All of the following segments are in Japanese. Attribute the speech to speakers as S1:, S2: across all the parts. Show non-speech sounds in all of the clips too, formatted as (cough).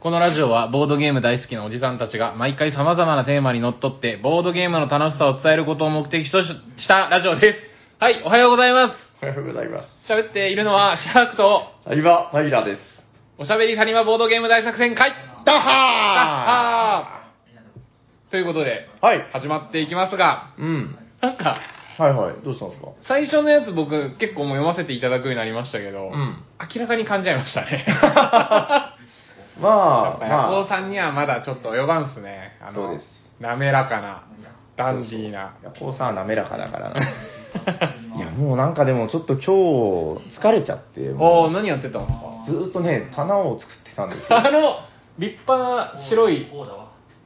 S1: このラジオはボードゲーム大好きなおじさんたちが毎回様々なテーマにのっとってボードゲームの楽しさを伝えることを目的とししたラジオです。はい、おはようございま。
S2: おはようございます
S1: 喋っているのはシャークと
S2: す。相葉平です。
S1: おしゃべり谷間ボードゲーム大作戦会
S2: ダ
S1: あ
S2: ハ
S1: はーということで、
S2: ーはい。
S1: 始まっていきますが、
S2: うん。
S1: なんか、
S2: はいはい。どうしたんですか
S1: 最初のやつ僕結構もう読ませていただくようになりましたけど、
S2: ん
S1: 明らかに感じちゃいました (laughs) ね。や
S2: まあ、
S1: っぱヤコウ
S2: まあ、
S1: さんにはまだちょっと及ばんっすね。あの
S2: そうです
S1: 滑らかな、ダンディーな。
S2: ヤコウさんは滑らかだから (laughs) な。いや、もうなんかでもちょっと今日、疲れちゃって、
S1: おー、
S2: も
S1: 何やってたんですか
S2: う、ずーっとね、棚を作ってたん (laughs) ですよ。
S1: あの、立派な白い、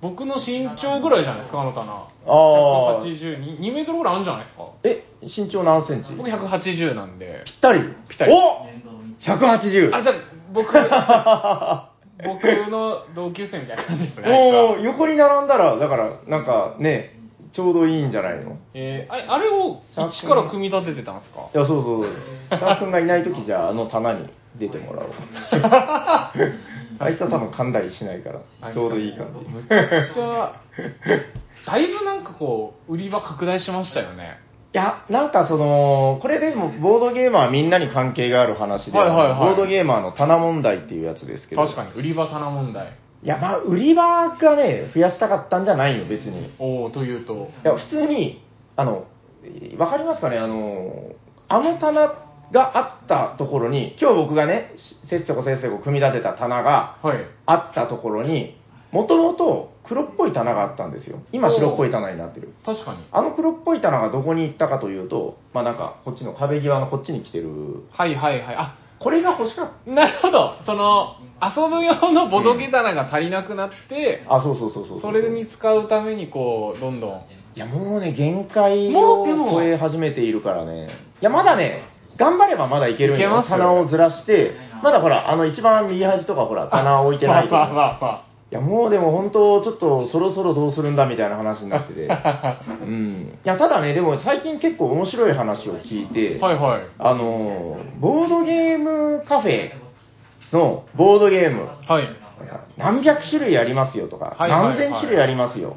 S1: 僕の身長ぐらいじゃないですか、あの棚。
S2: あー
S1: 182、2メートルぐらいあるんじゃないですか。
S2: え、身長何センチ
S1: 僕180なんで。
S2: ぴったり。
S1: ぴったり
S2: お !180!
S1: あ、じゃあ、僕、 (laughs)
S2: (laughs)
S1: 僕の同級生みたいな感じですね。
S2: おー、横に並んだら、だから、なんかね、ちょうどいいんじゃないの
S1: えーあれ、あれを一から組み立ててたんですか
S2: いや、そうそうそう。シャー君がいないときじゃあ、あの棚に出て
S1: (laughs)
S2: もらおう。あいつは多分噛んだりしないから、ちょう (laughs) どいい感じ。
S1: めちゃくちゃ、だいぶなんかこう、売り場拡大しましたよね。
S2: いや、なんかその、これでもボードゲーマーみんなに関係がある話で、
S1: はいはいはい
S2: ボードゲーマーの棚問題っていうやつですけど、
S1: 確かに、売り場棚問題。
S2: いや、まあ、売り場がね、増やしたかったんじゃないよ、別に。い
S1: おおというと。
S2: や、普通に、あの、えーわかりますかね、あの、あの棚があったところに、今日僕がね、しせっせこせっせこ組み立てた棚が、
S1: はい。
S2: あったところに、もともと黒っぽい棚があったんですよ。今白っぽい棚になってる。
S1: 確かに。
S2: あの黒っぽい棚がどこに行ったかというと、まあなんか、こっちの壁際のこっちに来てる。
S1: はいはいはい。あ、
S2: これが欲しかっ
S1: なるほど。その、遊ぶ用のボドゲ棚が足りなくなって、
S2: た。あ、そうそうそうそう
S1: それに使うためにこう、どんどん。
S2: いや、もうね、限界
S1: も
S2: を
S1: うでも
S2: 超え始めているからね。いや、まだね、頑張ればまだいけるん
S1: いけますよ
S2: 棚をずらして、まだほら、あの一番右端とかほら、棚置いてないと
S1: わあ
S2: か。
S1: わあわ
S2: いや、もうでも本当、ちょっとそろそろどうするんだみたいな話にな
S1: (laughs)
S2: ってて。
S1: あわあ
S2: うん、いやただね、でも最近結構面白い話を聞いて、
S1: はいはい。
S2: あのーボードゲームカフェのボードゲーム、
S1: はい。
S2: 何百種類ありますよとか、
S1: はいはいはい
S2: 何千種類ありますよ、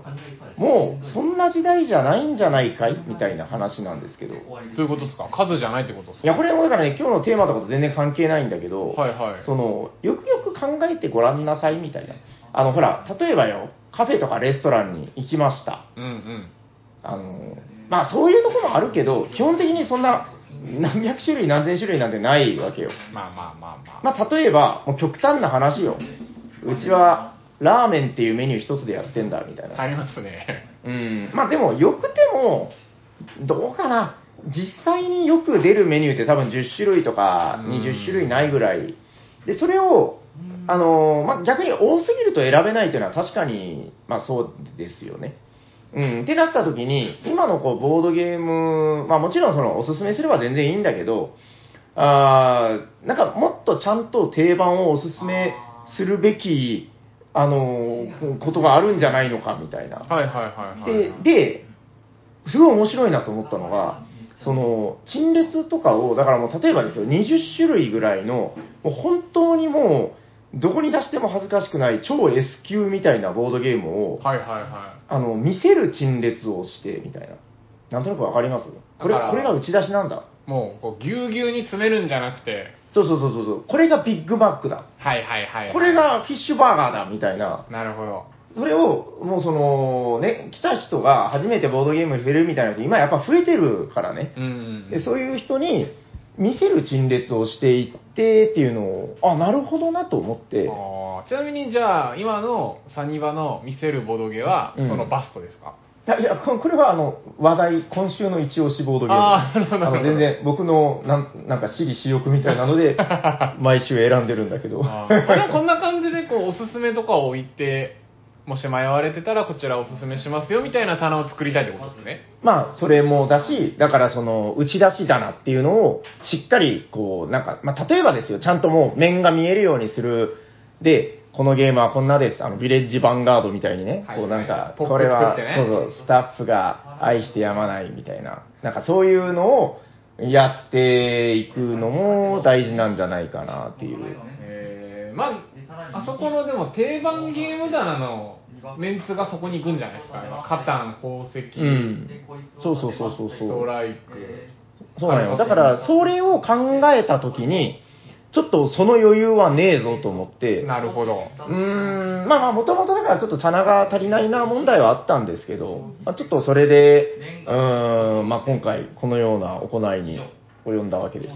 S2: もうそんな時代じゃないんじゃないかいみたいな話なんですけど、い
S1: ということですか数じゃないってことですか
S2: や、これもだからね、今日のテーマとかと全然関係ないんだけど、
S1: はいはい
S2: そのよくよく考えてごらんなさいみたいな、あのほら、例えばよ、カフェとかレストランに行きました。
S1: うんうん。
S2: あのまあそういうところもあるけど、基本的にそんな何百種類何千種類なんてないわけよ。
S1: まあまあまあまあ。
S2: まあ例えば、もう極端な話よ。うちはラーメンっていうメニュー一つでやってんだみたいな。
S1: ありますね。
S2: うん。まあでも、よくても、どうかな。実際によく出るメニューって多分10種類とか
S1: うん
S2: 20種類ないぐらい。で、それを、あのーまあ、逆に多すぎると選べないというのは確かに、まあそうですよね。うん。ってなった時に、今のこう、ボードゲーム、まあもちろんその、おすすめすれば全然いいんだけど、あーなんかもっとちゃんと定番をおすすめするべき、あのーことがあるんじゃないのかみたいな。
S1: はいはいはいはい
S2: で、。で、すごい面白いなと思ったのが、その、陳列とかを、だからもう例えばですよ、20種類ぐらいの、もう本当にもう、どこに出しても恥ずかしくない超 S 級みたいなボードゲームを、
S1: はいはいはい。
S2: あの、見せる陳列をして、みたいな。なんとなくわかりますこれ、
S1: だから
S2: これが打ち出しなんだ。
S1: もう、こう、ぎゅうぎゅうに詰めるんじゃなくて、
S2: そうそうそうそうそう。これがビッグマックだ。
S1: はいはいはいはい。
S2: これ、がフィッシュバーガーだ、みたいな。
S1: なるほど。
S2: それを、もうその、ね、来た人が初めてボードゲームに触れるみたいな人、今やっぱ増えてるからね。
S1: うんうんう
S2: で
S1: ん。
S2: そういう人に見せる陳列をしていってっていうのをあなるほどなと思って
S1: あーちなみにじゃあ、今のサニバの見せるボドゲは、
S2: うん
S1: そのバストですか、
S2: いやいやここれはあの話題今週の一押しボードゲーム
S1: あーなるほど
S2: あの全然僕のなんなんか私利私欲みたいな
S1: (laughs)
S2: ので毎週選んでるんだけど
S1: あーまあでもこんな感じで、こう、おすすめとかを置いて、もし迷われてたら、こちらおすすめしますよ、みたいな棚を作りたいってことですね。
S2: まあそれもだしだからその打ち出し棚っていうのをしっかりこうなんか、まあ、例えばですよちゃんともう面が見えるようにするでこのゲームはこんなです。あの、ヴィレッジヴァンガードみたいにね。
S1: はい
S2: こうなんか、
S1: ポップ
S2: これは、
S1: 作ってね
S2: そうそう、スタッフが愛してやまないみたいな。なんかそういうのをやっていくのも大事なんじゃないかなっていう。
S1: えー、まあ、そこのでも定番ゲーム棚のメンツがそこに行くんじゃないですか、あれはカタン、宝石、
S2: うん。そうそうそうそう
S1: ス
S2: そ
S1: ト
S2: う。
S1: ライク、
S2: そうなのよ。だから、それを考えたときに、ちょっとその余裕はねえぞと思って、
S1: なるほど、
S2: うーん、まあまあ、もともとだからちょっと棚が足りないな問題はあったんですけど、まあ、ちょっとそれで、うーん、まあ今回、このような行いに及んだわけです。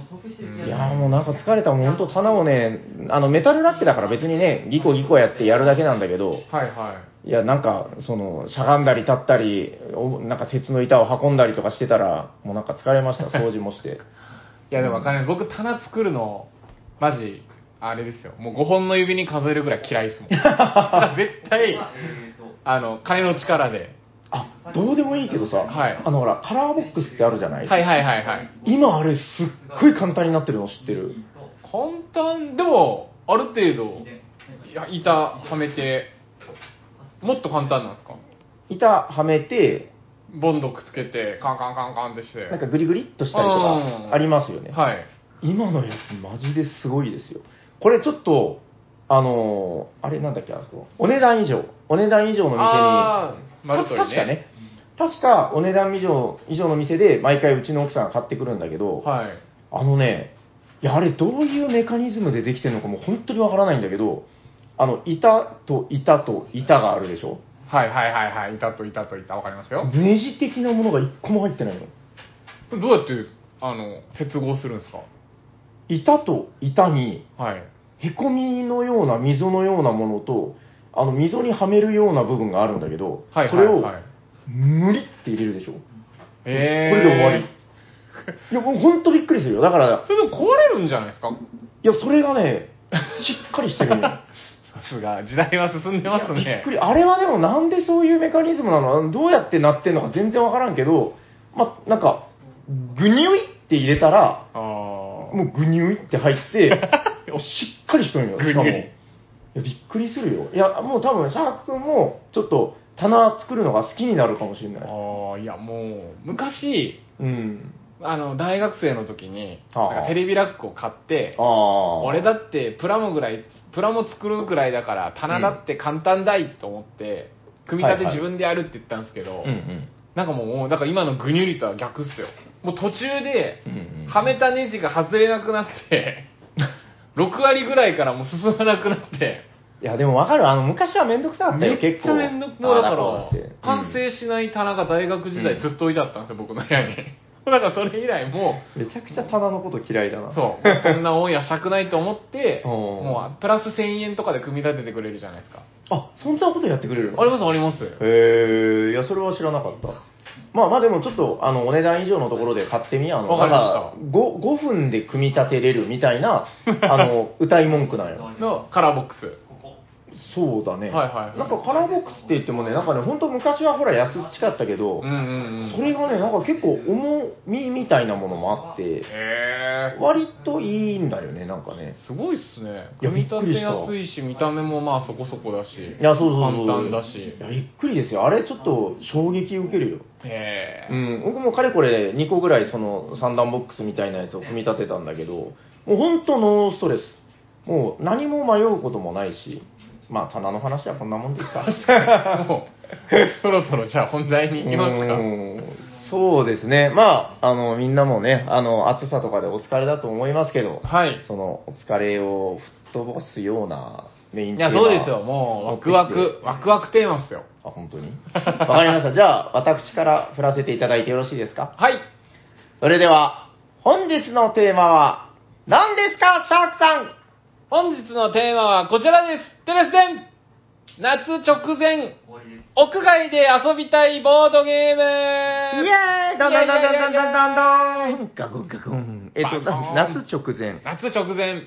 S2: いやーもうなんか疲れた、もう本当棚をね、あのメタルラックだから別にね、ギコギコやってやるだけなんだけど、
S1: はいはい
S2: や、なんか、その、しゃがんだり立ったり、おなんか鉄の板を運んだりとかしてたら、もうなんか疲れました、掃除もして。
S1: い、いやでもわかんない、僕、棚作るの、マジ、あれですよ、もう5本の指に数えるぐらい嫌い
S2: (laughs)
S1: ですもん、絶対、あの金の力で、
S2: あ、どうでもいいけどさ、
S1: はい
S2: あのほら、カラーボックスってあるじゃな
S1: はい
S2: い
S1: はいはいはい、
S2: 今あれすっごい簡単になってるの知ってる
S1: 簡単、でも、ある程度、いや板はめて、もっと簡単なんですか
S2: 板はめて、
S1: ボンドくっつけて、カンカンカンカンってして。
S2: なんかグリグリっとしたりと
S1: う
S2: か
S1: ん
S2: ありますよね。
S1: はい。
S2: 今のやつマジですごいですよ。これちょっと、あのーあれなんだっけ、あそこ。お値段以上。お値段以上の店に。
S1: あー丸
S2: た
S1: 鳥ね
S2: 確かね。確かお値段以上以上の店で毎回うちの奥さんが買ってくるんだけど、
S1: はい。
S2: あのね、いや、あれどういうメカニズムでできてるのかもう本当にわからないんだけど、あの、板と板と板があるでしょ
S1: はいはいはいはい。いたといたといた。わかりますよ。
S2: ネジ的なものが一個も入ってないの。
S1: どうやって、あの、接合するんですか
S2: 板と板に、
S1: はい。
S2: へこみのような溝のようなものと、あの溝にはめるような部分があるんだけど、
S1: はい
S2: そ
S1: はい
S2: れを
S1: はい。
S2: 無理って入れるでしょ、
S1: え
S2: こ
S1: ー。
S2: れで終
S1: (laughs)
S2: わり。いや、もう本当びっくりするよ。だから、
S1: それでも壊れるんじゃないですか
S2: いや、それがね、しっかりしてるの
S1: (laughs)
S2: よ。
S1: さすが、時代は進んでます
S2: いやびっ
S1: ね
S2: く。り。あれはでもなんでそういうメカニズムなのどうやってなってんのか全然わからんけど、ま、なんか、ぐにゅいって入れたら、
S1: あー。
S2: もうぐにゅいって入って、し
S1: (laughs)
S2: っかりしとんよ。
S1: ぐにゅい
S2: しかも。いや、びっくりするよ。いや、もう多分、シャーク君も、ちょっと、棚作るのが好きになるかもしれない。
S1: あー、いやもう、昔、
S2: うん。
S1: あの、大学生の時に、
S2: あー
S1: なんかテレビラックを買って
S2: あ、あ。
S1: 俺だってプラモぐらいプラモ作るぐらいだから棚だって簡単だいと思って、組み立て自分でやるって言ったんですけど、
S2: うんうん。
S1: なんかもうだから今のグニュリとは逆っすよもう途中で
S2: うんうん
S1: はめたネジが外れなくなって6割ぐらいからもう進まなくなって
S2: いや、でもわかる。あの、昔はめんどくさかった
S1: め
S2: よ、
S1: っち
S2: 結構。
S1: ゃ面倒もうだか
S2: ああこう
S1: ら
S2: して
S1: 完成しない棚が大学時代ずっと置いてあったんですよ、僕の部屋に (laughs) だからそれ以来もう
S2: うんめちゃくちゃ棚のこと嫌いだな。
S1: そう、こんなオンエアしたくないと思って、
S2: (laughs) うん
S1: もうプラス1000円とかで組み立ててくれるじゃないですか。
S2: あ、そんなことやってくれるの
S1: あります、あります。
S2: へえ、いや、それは知らなかった。まあまあでもちょっと、あの、お値段以上のところで買ってみや、あの、
S1: わかりました
S2: なんか 5, 5分で組み立てれるみたい
S1: (laughs)
S2: な、あの、歌い文句なんよ。
S1: のカラーボックス。
S2: そうだね。
S1: はいはいはい
S2: なんかカラーボックスって言ってもね、なんかね、ほんと昔はほら安っちかったけど、
S1: うんうんうん。
S2: それがね、なんか結構重みみたいなものもあって、
S1: え
S2: 割といいんだよね、なんかね。
S1: ー、すごいっすね。
S2: いや
S1: 組み立てやすいし、見た目もまあそこそこだし、
S2: いや、そうそうそう。
S1: 簡単だし
S2: い。や、びっくりですよ。あれちょっと衝撃受けるよ。
S1: へ
S2: う
S1: え
S2: ん、僕もかれこれ2個ぐらいその三段ボックスみたいなやつを組み立てたんだけど、もう本当ノーストレス。もう何も迷うこともないし、まあ棚の話はこんなもんですか。
S1: ー。 (laughs) もう、そろそろじゃあ本題に行きますか
S2: う。んそうですね。まあ、あの、みんなもね、あの、暑さとかでお疲れだと思いますけど、
S1: はい。
S2: その、お疲れを吹っ飛ばすようなメイン
S1: い
S2: テー
S1: や、
S2: マ
S1: そうですよ。もう、ワクワク、ワクワクテーマっすよ。
S2: あ、本当にわかりました。じゃあ、私から振らせていただいてよろしいですか
S1: はい。
S2: それでは、本日のテーマは、何ですか、シャークさん
S1: 本日のテーマはこちらです。テレステン夏直前屋外で遊びたいボードゲーム
S2: イエーイどんどんどんどんどんどんどんガゴンガゴン。えっと、
S1: バコーン
S2: 夏直前。
S1: 夏直前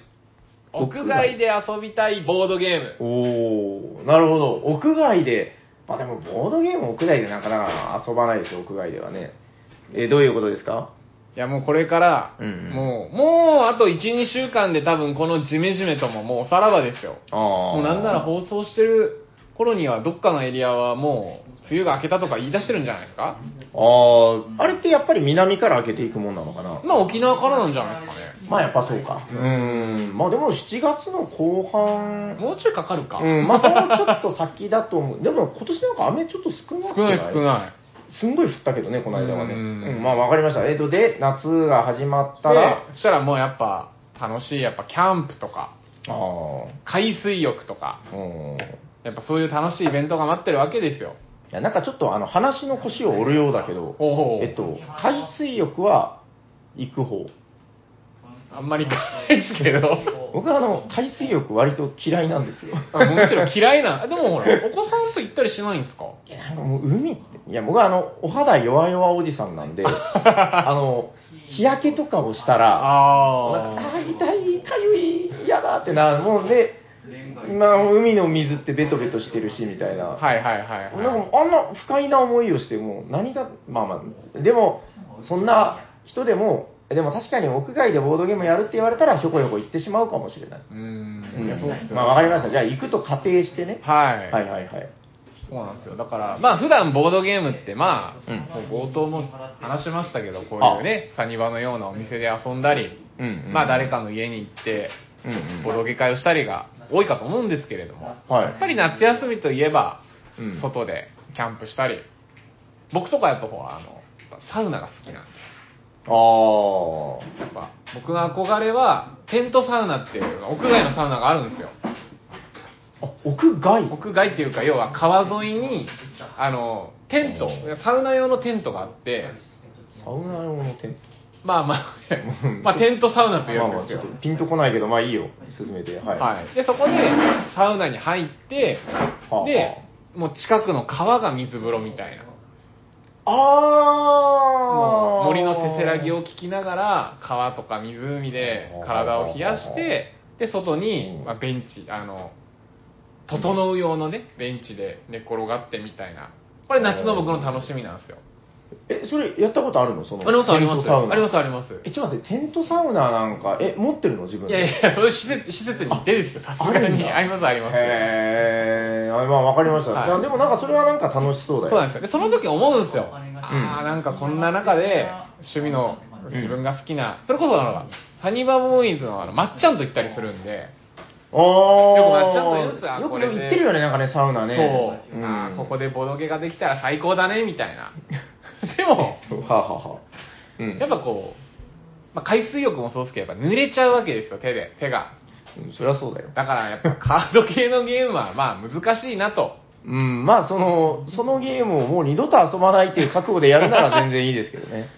S1: 屋外で遊びたいボードゲーム
S2: おー、なるほど。屋外で、まあでも、ボードゲーム屋外でなかなか遊ばないですよ、屋外ではね。えどういうことですか
S1: いやもうこれから、
S2: うんうん
S1: もうもうあと12週間で多分このジメジメとももうおさらばですよ
S2: あ
S1: もうなんなら放送してる頃にはどっかのエリアはもう梅雨が明けたとか言い出してるんじゃないですか
S2: あーあれってやっぱり南から開けていくもんなのかな
S1: まあ沖縄からなんじゃないですかね
S2: まあやっぱそうか。うーん。まあでも7月の後半、
S1: もうちょいかかるか。
S2: うん、またもうちょっと先だと思う。でも今年なんか雨ちょっと少なく
S1: 少ない少ない。
S2: すんごい降ったけどね、この間はね。
S1: う
S2: うんん、まあわかりました。えっ、と、で、夏が始まったら、
S1: でそしたらもうやっぱ、楽しい、やっぱキャンプとか、
S2: ああ、
S1: 海水浴とか、
S2: うん。い
S1: やっぱそういう楽しいイベントが待ってるわけですよ。
S2: や、なんかちょっとあの、話の腰を折るようだけど、
S1: おお。
S2: えっと、海水浴は行く方。
S1: あんまり行かないですけど。
S2: 僕はあの、海水浴割と嫌いなんで
S1: (laughs)
S2: すよ。
S1: あむしろ嫌いな。でもほら、お子さんと行ったりしないんですか
S2: いや、なんかもう海って、いや、僕はあの、お肌弱々おじさんなん
S1: (laughs)
S2: で、あの、日焼けとかをしたら、なんか
S1: あ
S2: あー痛い、かゆい、嫌だってなるもんで、まあ、海の水ってベトベトしてるし、みたいな。
S1: あ。はいはいはい、
S2: なんか
S1: は
S2: もうあんな不快な思いをして、もう何が、まあまあ、でも、そんな人でも、でも確かに屋外でボードゲームやるって言われたら、ひょこひょこ行ってしまうかもしれない。
S1: い。うーん。
S2: うん
S1: いやそうっすよ。
S2: まあ、わかりました。じゃあ、行くと仮定してね。
S1: はい。
S2: はいはいはい。
S1: そうなんですよ。だから、まあ普段ボードゲームって、まあ、
S2: うん
S1: もう冒頭も話しましたけど、こういうね、サニバのようなお店で遊んだり、
S2: うんうんうん
S1: まあ誰かの家に行って、
S2: うんうん
S1: ボードゲ会をしたりが多いかと思うんですけれども、や
S2: はい。
S1: っぱり夏休みといえば
S2: うん、
S1: 外でキャンプしたり、僕とかやっぱほら、あの、サウナが好きなんで、
S2: あー。
S1: やっぱ僕の憧れは、テントサウナっていう、屋外のサウナがあるんですよ。
S2: あ、屋外
S1: 屋外っていうか要は川沿いにあのテントサウナ用のテントがあって
S2: サウナ用のテント。
S1: まあまあまあテントサウナという
S2: まあ
S1: や
S2: まあ、
S1: つ
S2: ち
S1: で
S2: ょっ
S1: す
S2: と
S1: よ
S2: ピンとこないけど、まあいいよ。進めて。はい。
S1: はいでそこでサウナに入って
S2: はあ
S1: でもう近くの川が水風呂みたいな
S2: あ
S1: も
S2: ー。
S1: う森のせせらぎを聞きながら川とか湖で体を冷やしてで外に
S2: うん
S1: まあベンチあの整う用のねベンチで寝転がってみたいなこれ夏の僕の楽しみなんですよ
S2: え、それやったことあるのその。
S1: ありますありま
S2: テント
S1: す
S2: サウナ
S1: ありますあります
S2: え、ちょっと待って、テントサウナなんか、え、持ってるの自分
S1: い
S2: で
S1: やいや、そういう施設施設に行ってですよ、さすが
S2: るん
S1: に。
S2: だ
S1: あります、あります。
S2: へー。あまあ、わかりました。
S1: はい
S2: いやでもなんかそれはなんか楽しそう
S1: そ
S2: だ
S1: う
S2: よ。
S1: なんですよ。で、その時思うんですよ。ああ、
S2: うん
S1: なんかこんな中で、趣味の
S2: うん
S1: 自分が好きな、それこそあの、サニバボーイズのあの、まっちゃんと行ったりするんで、でもまあちゃんと言うんですよ
S2: あー。よ
S1: こ
S2: く
S1: れ
S2: で
S1: で
S2: も言ってるよね、なんかね、サウナね。
S1: そう、
S2: ん
S1: あーここでボドゲができたら最高だね、みたいな。 (laughs) でも、
S2: そうはあ、はあはあ、うん。
S1: やっぱこう、まあ、海水浴もそうですけど、やっぱ濡れちゃうわけですよ、手で、手が。
S2: うん、そりゃそうだよ。
S1: だからやっぱカード系のゲームは、まあ難しいなと。
S2: うん、まあその、そのゲームをもう二度と遊ばないっていう覚悟でやるなら全然いいですけどね。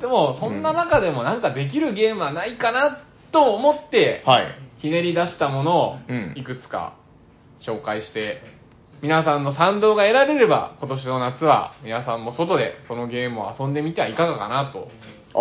S1: でも、そんな中でもなんかできるゲームはないかなと思って、
S2: はい。
S1: ひねり出したものを
S2: うん
S1: いくつか紹介して、皆さんの賛同が得られれば、今年の夏は皆さんも外でそのゲームを遊んでみてはいかがかなと。
S2: あ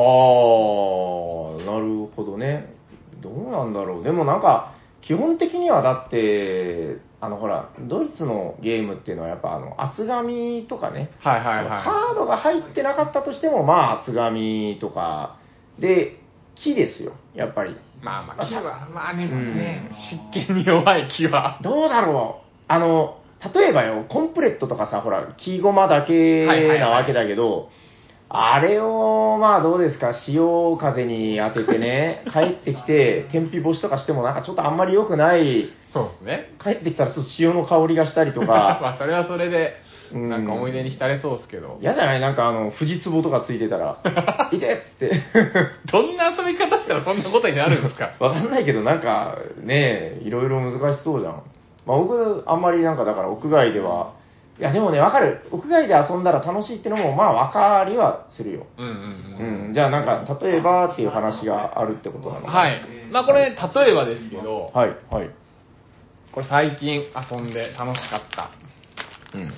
S2: ー、なるほどね。どうなんだろう。でもなんか、基本的にはだって、あのほら、ドイツのゲームっていうのはやっぱあの厚紙とかね、
S1: はいはいは
S2: カードが入ってなかったとしても、まあ厚紙とか、で、木ですよ、やっぱり。
S1: い。まあまあ、木は、まあね、
S2: うん
S1: ね湿気に弱い木は。
S2: どうだろうあの、例えばよ、コンプレットとかさ、ほら、木ゴマだけ
S1: はいはいはい
S2: なわけだけど、あれを、まあどうですか、潮風に当て
S1: (laughs)
S2: てね、帰ってきて、天日干しとかしてもなんかちょっとあんまり良くない、
S1: そうですね。
S2: 帰ってきたらすぐ潮の香りがしたりとか、
S1: (laughs) まあ、それはそれで、
S2: うん
S1: なんか思い出に浸れそうですけど。
S2: 嫌じゃないなんかあの、藤壺とかついて
S1: (laughs)
S2: たら、いてっつって。
S1: どんな遊び方したらそんなことになるんです (laughs) か
S2: わかんないけど、なんかね、いろいろ難しそうじゃん。まあ、僕、あんまりなんかだから屋外では、いやでもね、わかる。屋外で遊んだら楽しいってのも、まあわかりはするよ。
S1: うんうんうん。
S2: うん。じゃあなんか、例えばっていう話があるってことなのかな
S1: はい。まあこれ、例えばですけど、
S2: はい、はい。
S1: これ最近遊んで楽しかった。
S2: うん。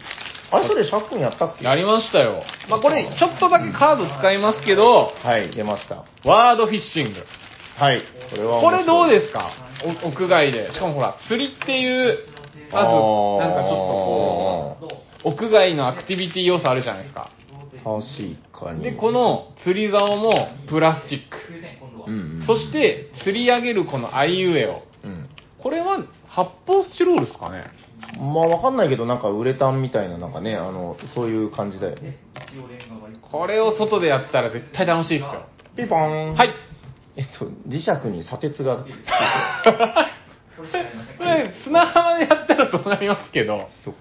S2: あれ、それ、シャックンやったっけ
S1: やりましたよ。まあこれ、ちょっとだけカード使いますけど、
S2: はい、出ました。
S1: ワードフィッシング。
S2: はい。これは
S1: これどう
S2: す
S1: ですかお屋外で。しかもほら、釣りっていう、まず、なんかちょっとこう、屋外のアクティビティ要素あるじゃないですか。
S2: 確かに。
S1: で、こ、の釣り竿もプラスチック。
S2: うん、うん。
S1: そし、て、釣り上げるこのアイウエオ。
S2: うん。
S1: これは発泡スチロールですかね
S2: まあわかんないけど、なんかウレタンみたいな、なんかね、あの、そういう感じだよね。
S1: これを外でやったら絶対楽しいですよ。
S2: ピンポーン。
S1: はい。
S2: えっと、磁石に砂鉄が、
S1: (laughs) (laughs) これ、砂浜でやったらそうなりますけど。
S2: そっか。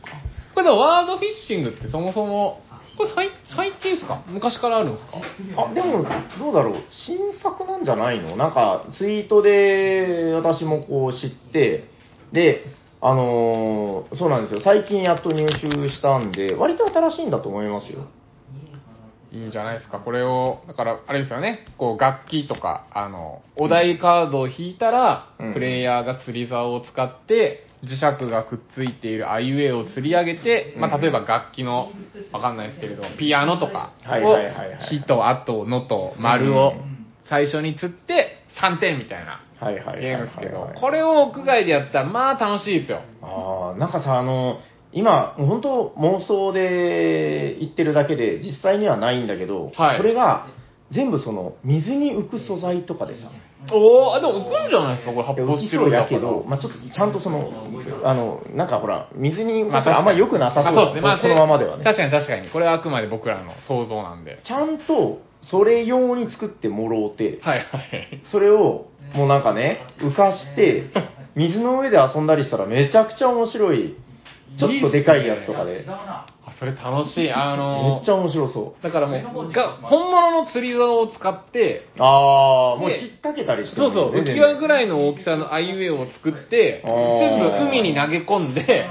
S1: これでもワードフィッシングってそもそも、これ最最近ですか昔からあるんですか
S2: (laughs) あ、でも、どうだろう。新作なんじゃないのなんか、ツイートで私もこう知って、で、あのーそうなんですよ。最近やっと入手したんで、割と新しいんだと思いますよ。
S1: いいんじゃないですか。これを、だから、あれですよね。こう、楽器とか、あの、お題カードを引いたら、
S2: うん
S1: プレイヤーが釣り竿を使って、磁石がくっついているあいうえおを釣り上げて、まあ、
S2: うん
S1: 例えば楽器の、わかんないですけれど、ピアノとか
S2: はい
S1: を
S2: はいはいは、い
S1: 火と、あと、のと、丸を
S2: うん
S1: 最初に釣って、3点みたいな
S2: はいはいはい
S1: ゲー
S2: はい、
S1: ムですけど
S2: はい、
S1: これを屋外でやったら、まあ楽しいですよ。
S2: ああ、なんかさ、あの、今、もう本当妄想で言ってるだけで、実際にはないんだけど、
S1: はい
S2: これが、全部その、水に浮く素材とかでさ、
S1: おおでも浮くんじゃないですか、これ発
S2: 浮
S1: 泡
S2: き
S1: スチロ
S2: そ
S1: ー
S2: う
S1: ルだ
S2: や
S1: か
S2: け
S1: ら。
S2: ど、まあちょっとちゃんとその、あの、なんかほら、水に浮
S1: ま
S2: か
S1: あ
S2: せたらあんま良くなさそ
S1: ま
S2: う
S1: あ
S2: だ
S1: そうですね。
S2: ね
S1: まあ、
S2: このままではね。
S1: 確かに確かに。これはあくまで僕らの想像なんで。
S2: ちゃんと、それ用に作ってもろうて、
S1: はいはい。
S2: それを、もうなんかね、浮かして、水の上で遊んだりしたらめちゃくちゃ面白い、ちょっとでかいやつとかで、めっ
S1: あ、それ楽しい。あの
S2: ちゃ面白そう。
S1: だからもう、が本物の釣り竿を使って、
S2: ああ、もう
S1: で
S2: 引っ掛けたりして
S1: そうそう、浮き輪ぐ
S2: い。
S1: らいの大きさのアイウェイを作って、
S2: あ
S1: 全
S2: ー
S1: 部海に投げ込んで、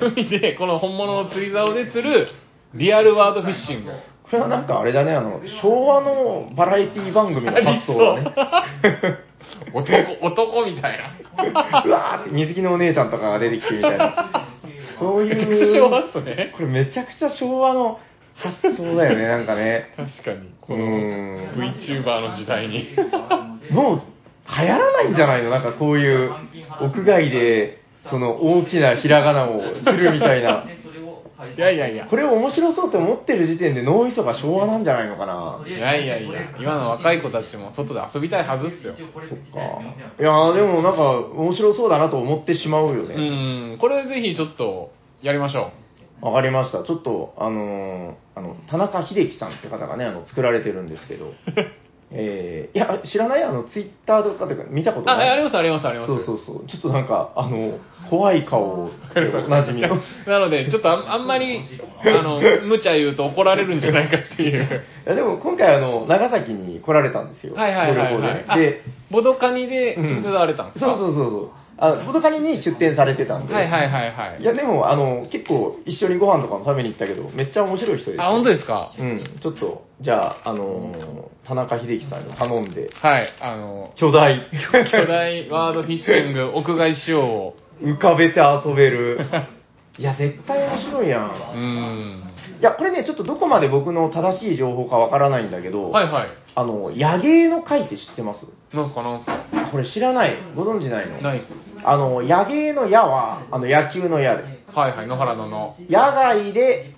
S2: うん
S1: 海でこの本物の釣り竿で釣る、リアルワードフィッシング。
S2: これはなんかあれだね、あの、昭和のバラエティ番組の発想
S1: (laughs)
S2: だね。
S1: 男、男みたいな。
S2: うわーって水着のお姉ちゃんとかが出てきてみたいな。そう
S1: めちゃ
S2: い
S1: くちゃ
S2: う。
S1: 昭和っすね
S2: これめちゃくちゃ昭和の発想だ
S1: (laughs)
S2: よね、なんかね。
S1: 確かに、
S2: う
S1: この
S2: ん。
S1: VTuber の時代に。
S2: (laughs) もう流行らないんじゃないのなんかこういう、屋外で、その大きなひらがなをするみたい
S1: (laughs)
S2: な。
S1: いやいやいや
S2: こ。れを面白そうと思ってる時点で脳みそが昭和なんじゃないのかない
S1: やいやいや、今の若い子たちも外で遊びたいはずっすよ。
S2: そっか。いやーでもなんか面白そうだなと思ってしまうよ
S1: う
S2: ね。
S1: ん、これぜひちょっとやりましょ
S2: わ、かりました。ちょっと、あのーあの、田中秀樹さんって方がね、あの、作られてるんで
S1: (laughs)
S2: すけど、えー、いや、知らないあの、ツイッターとかとか見たこ
S1: う。
S2: と
S1: あ、
S2: ない。
S1: ありますありますあります。
S2: そうそうそう。ちょっとなんか、あの、怖い顔っておなじみの。い
S1: なので、ちょっとあんあんまり、あの、無茶言うと怒られるんじゃないかって
S2: (laughs)
S1: いう。
S2: や、でも今回あの、長崎に来られたんですよ。
S1: はいはいはい、
S2: ご
S1: はい
S2: 旅行で。
S1: あ
S2: で、。
S1: ボドカニで直接会われたんですか、
S2: そうそうそうそう。あ、ボトカニに出店されてたんで。
S1: はいはいはいはいい。
S2: や、でも、あの、結構、一緒にご飯とかも食べに行ったけど、めっちゃ面白い人ですよ。
S1: あ、本当ですか
S2: うん、ちょっと、じゃあ、あのー田中秀樹さんに頼んで、
S1: はい、あの、
S2: 巨大、
S1: 巨大ワードフィッシング屋外仕様を。
S2: 浮かべて遊べ (laughs) る。いや、絶対面白いや。
S1: うんん。
S2: いや、これね、ちょっとどこまで僕の正しい情報かわからないんだけど、
S1: はいはい。
S2: あの、野芸の会って知ってます
S1: なんすかなんすか
S2: あこれ知らない。ご存知ないの
S1: ナイス。
S2: あの、野芸の矢は、あの、野球の矢です。
S1: はいはい、野原のの。
S2: 野外で、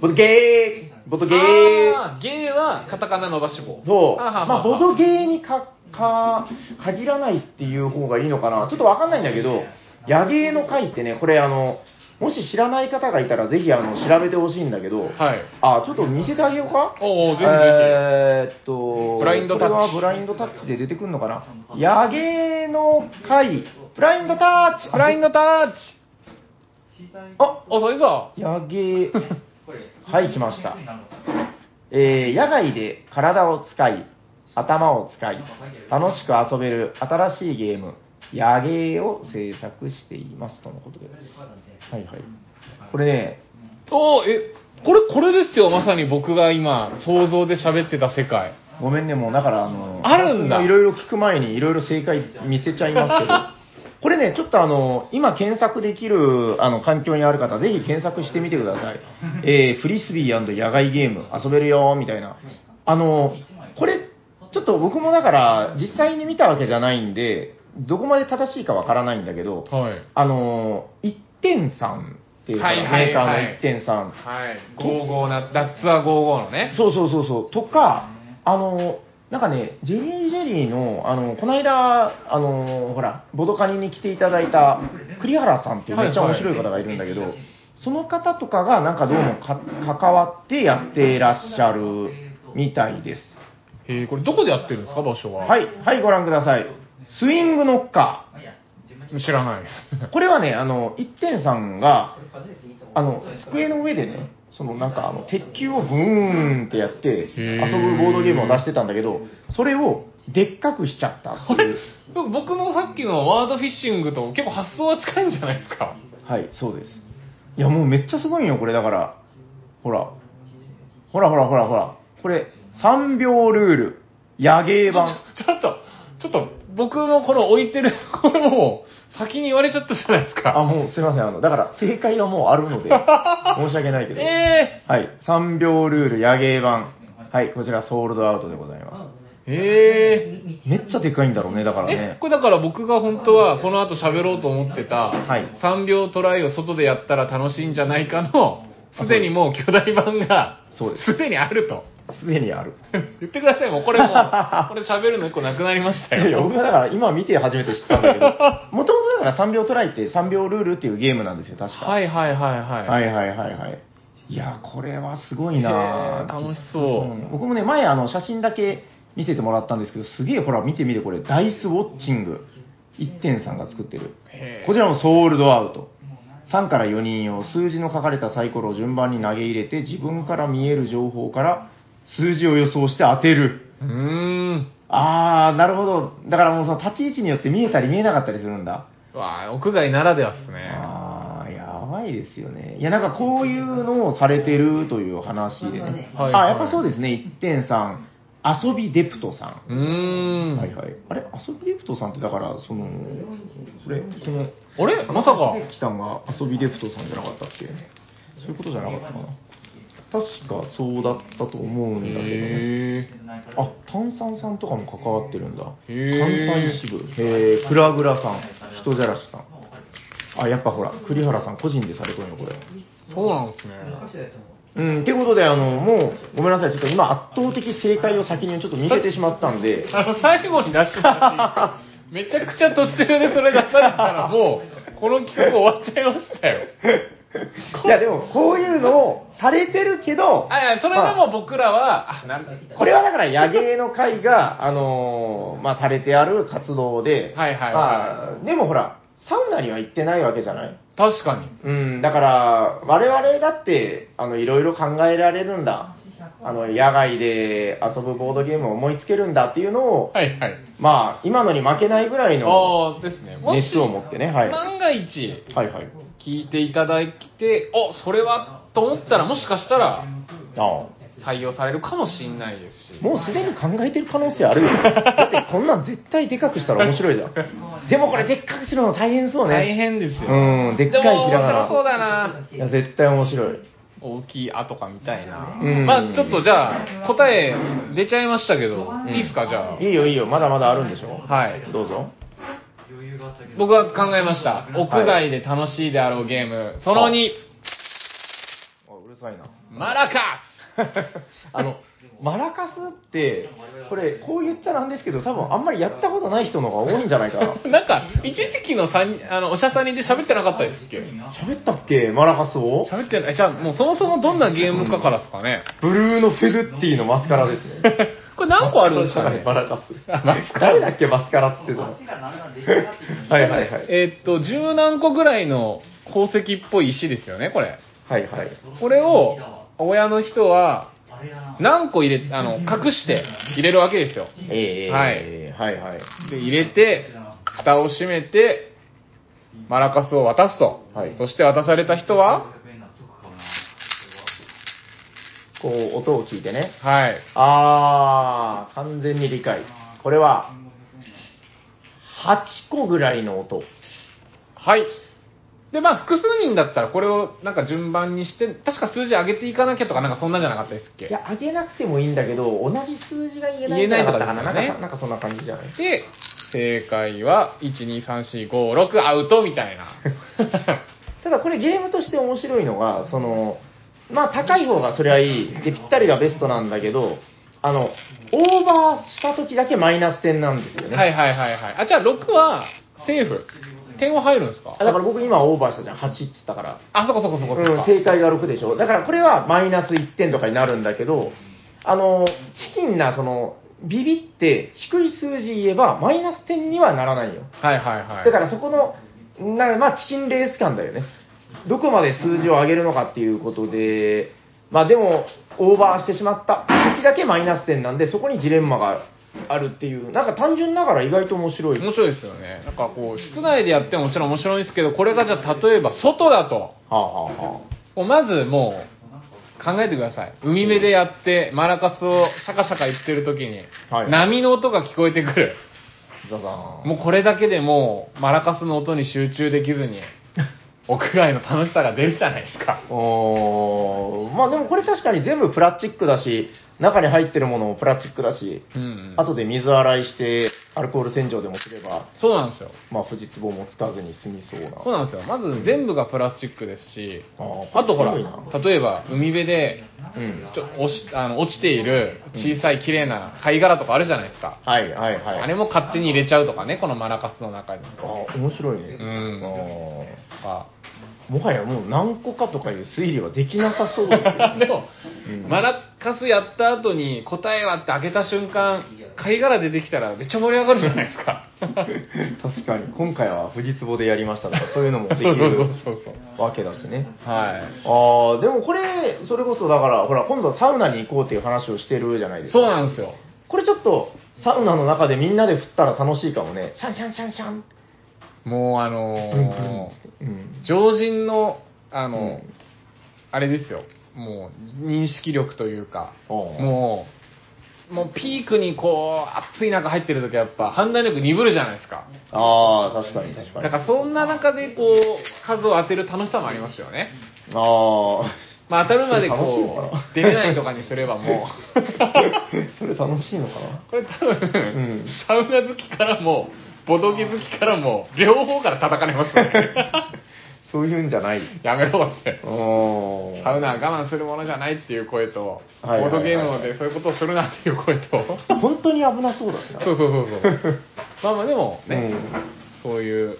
S2: ボトゲー、ボトゲー。
S1: あーゲーはカタカナ伸ばし棒。
S2: そう。
S1: あはは
S2: まあ、ボドゲーにか、か、限らないっていう方がいいのかな。ちょっとわかんないんだけど、野芸の会ってね、これあの、もし知らない方がいたら、ぜひあの、調べてほしいんだけど、
S1: はい。
S2: あ、ちょっと見せてあげようか
S1: おうおうぜひぜひ
S2: えーっと、
S1: ブラインドタッチ
S2: これはブラインドタッチで出てくるのかな野芸の会、ブラインドタッチ
S1: ブラインドタッチ
S2: あ、
S1: お、それぞ。
S2: 野芸。はい、来ました。えー野外で体を使い、頭を使い、楽しく遊べる新しいゲーム、野芸を制作していますとのことで。はいはい。これね、
S1: おーえ、これ、これですよ、まさに僕が今、想像で喋ってた世界。
S2: ごめんね、もうだから、あの、
S1: あるんだ
S2: いろいろ聞く前にいろいろ正解見せちゃいます
S1: (laughs)
S2: けど、これね、ちょっとあの、今検索できる、あの、環境にある方、ぜひ検索してみてください。えーフリスビー野外ゲーム、遊べるよ、みたいな。あの、これ、ちょっと僕もだから、実際に見たわけじゃないんで、どこまで正しいかわからないんだけど、
S1: はい。
S2: あの、1.3っていうか、
S1: はいはいはい
S2: メーカーの1.3。
S1: はい。55な、ダッツは55のね。
S2: そうそうそうそう。とか、あの、なんかね、ジェリージェリーの、あの、この間、あの、ほら、ボドカニに来ていただいた栗原さんっていうめっちゃ面白い方がいるんだけど、その方とかがなんかどうもか関わってやってらっしゃるみたいです。
S1: へえ、これどこでやってるんですか、場所は。
S2: はい、はい、ご覧ください。スイングノッカ
S1: 知ら (laughs) ないです。
S2: ー。これはね、あの、一点さんが、あの、机の上でね、そのなんかあの、鉄球をブーンってやって、
S1: へ
S2: 遊
S1: ー
S2: ぶボードゲームを出してたんだけど、それをでっかくしちゃった
S1: こ
S2: ってい
S1: れ
S2: う。、
S1: 僕のさっきのワードフィッシングと結構発想は近いんじゃないですか。
S2: はい、そうです。いや、もうめっちゃすごいよ、これだから。ほら。ほらほらほらほら。これ、3秒ルール。野芸版。
S1: ちょっと、ちょっと、僕のこの置いてる、これもう、先に言われちゃったじゃないです
S2: あ、
S1: か。
S2: もうすいません。あの、だから正解がもうあ
S1: (laughs)
S2: るので、申し訳ないけど。
S1: え
S2: はい。3秒ルール野芸版。はい。こちらソールドアウトでございま
S1: ー、えー。
S2: す。めっちゃでかいんだろうね、だから
S1: え
S2: ね、。
S1: これだから僕が本当はこの後喋ろうと思ってた、
S2: い
S1: 3秒トライを外でやったら楽しいんじゃないかの、すでにもう巨大版が、
S2: そうです
S1: すでにあると。
S2: すでにある。
S1: 言ってください、もう (laughs) これもう、これ喋るの一個なくなりました
S2: いや、
S1: よ。
S2: 僕はだから今見て初めて知ったんだけ
S1: (laughs)
S2: ど、もともとだから3秒トライって3秒ルールっていうゲームなんですよ、確か。
S1: はいはいはいはい。
S2: はいはいはいはい。いや、これはすごいな
S1: へー楽しそう
S2: 僕もね、前あの写真だけ見せてもらったんですけど、すげえほら見てみてこれ、ダイスウォッチング。1点さんが作ってる。
S1: へー
S2: こちらもソールドアウト。3から4人用、数字の書かれたサイコロを順番に投げ入れて、自分から見える情報から数字を予想して当てる。
S1: うーん。
S2: あー、なるほど。だからもうその立ち位置によって見えたり見えなかったりするんだ。
S1: わあ、屋外ならではっすね。
S2: ああ、やばいですよね。いや、なんかこういうのをされてるという話でね。
S1: はい
S2: あ、やっぱそうですね。1点さん、遊びデプトさん。
S1: うーん。
S2: はいはい。あれ、遊びデプトさんってだから、その、これ、この、
S1: あれまさか。
S2: きさんが遊びデプトさんじゃなかったっけそういうことじゃなかったかな。確かそうだったと思うんだけどね。
S1: へ
S2: あ、炭酸さんとかも関わってるんだ。
S1: へ
S2: 関
S1: ー
S2: 西支部。へえ、クラグラさん、人じゃらしさん。あ、やっぱほら、栗原さん個人でされとんよ、これ。
S1: ー。そうなんですね。
S2: うん、ってことで、あの、もう、ごめんなさい、ちょっと今圧倒的正解を先にちょっと見せてしまったん (laughs) で、
S1: あの、最後に出してもらっていいめちゃくちゃ途中でそれ出されたらもう、この企画終わっちゃいましたよ。
S2: いや、でも、こういうのをされてるけど、
S1: あ、いや、それで
S2: まあ
S1: も僕らは、あ、なんはい
S2: これはだから野芸の会が、あのーまあ、されてある活動で、
S1: はいはい、
S2: まあ、でもほら、サウナには行ってないわけじゃない
S1: 確かに。
S2: うん、だから、我々だって、あの、いろいろ考えられるんだ。あの、野外で遊ぶボードゲームを思いつけるんだっていうのを、
S1: はいはい。
S2: まあ、今のに負けないぐらい
S1: あ
S2: の
S1: あ、ですね。もし
S2: 熱、を持ってね、はい。は
S1: 万が一、
S2: いはい。
S1: 聞いていただいて、お、それは、と思ったら、もしかしたら、
S2: ああ
S1: 採用されるかもしれないですし。
S2: もうすでに考えてる可能性あ
S1: (laughs)
S2: るよ。だってこんなん絶対でかくしたら面白いじゃん。でもこれでっかくするの大変そうね。
S1: 大変ですよ。
S2: うん、でっかいひらが
S1: でも面白そう
S2: な。
S1: だない
S2: や、絶対面白い。
S1: 大きい「あ」とか見たいな、
S2: うん
S1: まあちょっとじゃあ答え出ちゃいましたけど、いいっすかじゃあ
S2: いいよいいよ、まだまだあるんでしょ
S1: はい
S2: どうぞ。
S1: 僕 (laughs) は考えました屋外で楽しいであろうゲームその2、
S2: あうるさいな。
S1: マラカ
S2: (laughs) あの、マラカスって、これ、こう言っちゃなんですけど、多分あんまりやったことない人の方が多いんじゃないかな。
S1: ス (laughs) なんか一時期のさんあのおしゃさにで喋ってなかったですっけ
S2: 喋ったっけマラカスを
S1: 喋ってないじゃあもうそもそもどんなゲームかからですかね、
S2: ブルーのフェルッティのマスカラですね。
S1: これ何個あるんですかね
S2: (laughs) マラカス
S1: あマス。カラ
S2: 誰だっけ、マスカラって言ってたの。はいはいは
S1: (laughs)
S2: い。
S1: えーっと十何個ぐらいの宝石っぽい石ですよねこれ
S2: はいはい。
S1: これを親の人は何個入れあの隠して入れるわけですよ
S2: えー、はいはい。
S1: で入れて蓋を閉めてマラカスを渡すと、
S2: はい
S1: そして渡された人は
S2: こう、音を聞いてね。
S1: はい
S2: あー、完全に理解。これは、8個ぐらいの音。
S1: はいでまあ複数人だったらこれをなんか順番にして確か数字上げていかなきゃとかなんかそんなんじゃなかったですっけ
S2: いや、上げなくてもいいんだけど、同じ数字が言えないんじゃなかったかな。なん
S1: 言えないとかですよね
S2: かなんかそんな感じじゃない
S1: で正解は123456アウトみたい
S2: (laughs)
S1: な
S2: ただこれゲームとして面白いのが、その、まあ高い方がそれはいい。で、ぴったりがベストなんだけど、あの、オーバーした時だけマイナス点なんですよね。
S1: はいはいはいはいあじゃあ6はセーフ点は入るんですか
S2: あだから僕今オーバーしたじゃん。8って言ったから。
S1: あそこそこそこそこ、
S2: うん、正解が6でしょ。だからこれはマイナス1点とかになるんだけど、あの、チキンな、その、ビビって低い数字言えばマイナス点にはならないよ。
S1: はいはいはい。
S2: だからそこの、なまあ、チキンレース感だよね。どこまで数字を上げるのかっていうことで、まあでも、オーバーしてしまった時だけマイナス点なんで、そこにジレンマがあるっていう、なんか単純ながら意外と面白い。
S1: 面白いですよね。なんかこう、室内でやってももちろん面白いんですけど、これがじゃあ例えば外だと、
S2: はあ、はあは
S1: もうまずもう考えてください。海辺でやって、マラカスをシャカシャカ言ってる時に、
S2: はい
S1: 波の音が聞こえてくる。
S2: あ、ザザーン。
S1: もうこれだけでもう、マラカスの音に集中できずに、屋外の楽しさが出るじゃないですか。
S2: おーまあでもこれ確かに全部プラスチックだし、中に入ってるものもプラスチックだし、
S1: うん、うん。
S2: 後で水洗いして、アルコール洗浄でもすれば、
S1: そうなんですよ。
S2: まあ、富士壺もつかずに済みそうな。
S1: そうなんですよ。まず全部がプラスチックですし、
S2: あー
S1: あとほら
S2: これすごい、な
S1: 例えば海辺で
S2: うん。
S1: ちょ落しあの落ちている小さい綺麗な貝殻とかあるじゃないですか。
S2: はいはいはい。
S1: あれも勝手に入れちゃうとかね、このマラカスの中に。
S2: あ面白いね。
S1: うん
S2: あ
S1: あ
S2: ーもはやもう何個かとかいう推理はできなさそうですよ
S1: (laughs) でも、
S2: うん
S1: マラカスやった後に答えはって開けた瞬間、貝殻出てきたらめっちゃ盛り上がるじゃないですか。
S2: (laughs) 確かに、今回は富士壺でやりましたと (laughs) か、そういうのもで
S1: (laughs)
S2: き
S1: そうそう
S2: る
S1: そうそう
S2: わけだしね。
S1: はい。
S2: ああ、でもこれ、それこそだから、ほら、今度はサウナに行こうっていう話をしてるじゃないですか。
S1: そうなんですよ。
S2: これちょっと、サウナの中でみんなで振ったら楽しいかもね。シャンシャンシャンシャン。
S1: もうあ
S2: ブンブン
S1: の
S2: っつってうん
S1: ー、常人の、あの、
S2: うん
S1: あれですよ。もう、認識力というか、
S2: おう
S1: もう、もうピークにこう、暑い中入ってる時はやっぱ判断力鈍るじゃないですか。
S2: ああ、確かに確か
S1: だ
S2: に。
S1: からそんな中でこう、数を当てる楽しさもありますよね。
S2: ああ。
S1: まあ当たるまで
S2: 楽しいの
S1: こ
S2: かな
S1: う、出れないとかにすればも
S2: (laughs) それ楽しいのかな
S1: う、これ多分、
S2: うん
S1: サウナ好きからも、ボドキ好きからも、両方から叩かれますよね。
S2: そういうんじゃない。
S1: やめろって。
S2: おー
S1: サウナは我慢するものじゃないっていう声と、ボ
S2: はいはいはい
S1: ードゲームでそういうことをするなっていう
S2: (laughs)
S1: 声と、
S2: 本当に危なそうだしな。
S1: そうそうそうそう。まあまあでもね、
S2: うん
S1: そういう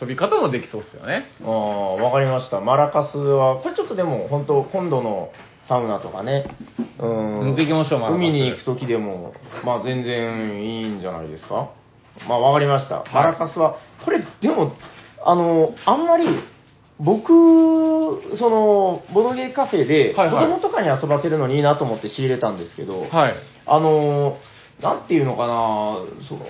S1: 遊び方もできそうですよね。
S2: ああ、わかりました。マラカスは、これちょっとでも、本当今度のサウナとかね、う
S1: 持
S2: ん。
S1: っていきましょうマラカス
S2: 海に行くときでも、まあ全然いいんじゃないですか。まあわかりました。
S1: い
S2: マラカスは、これ、でも、あの、あんまり、僕、その、ボドゲカフェで、子
S1: はいはい
S2: 供とかに遊ばせるのにいいなと思って仕入れたんですけど、
S1: はい。
S2: あのーなんていうのかな、その、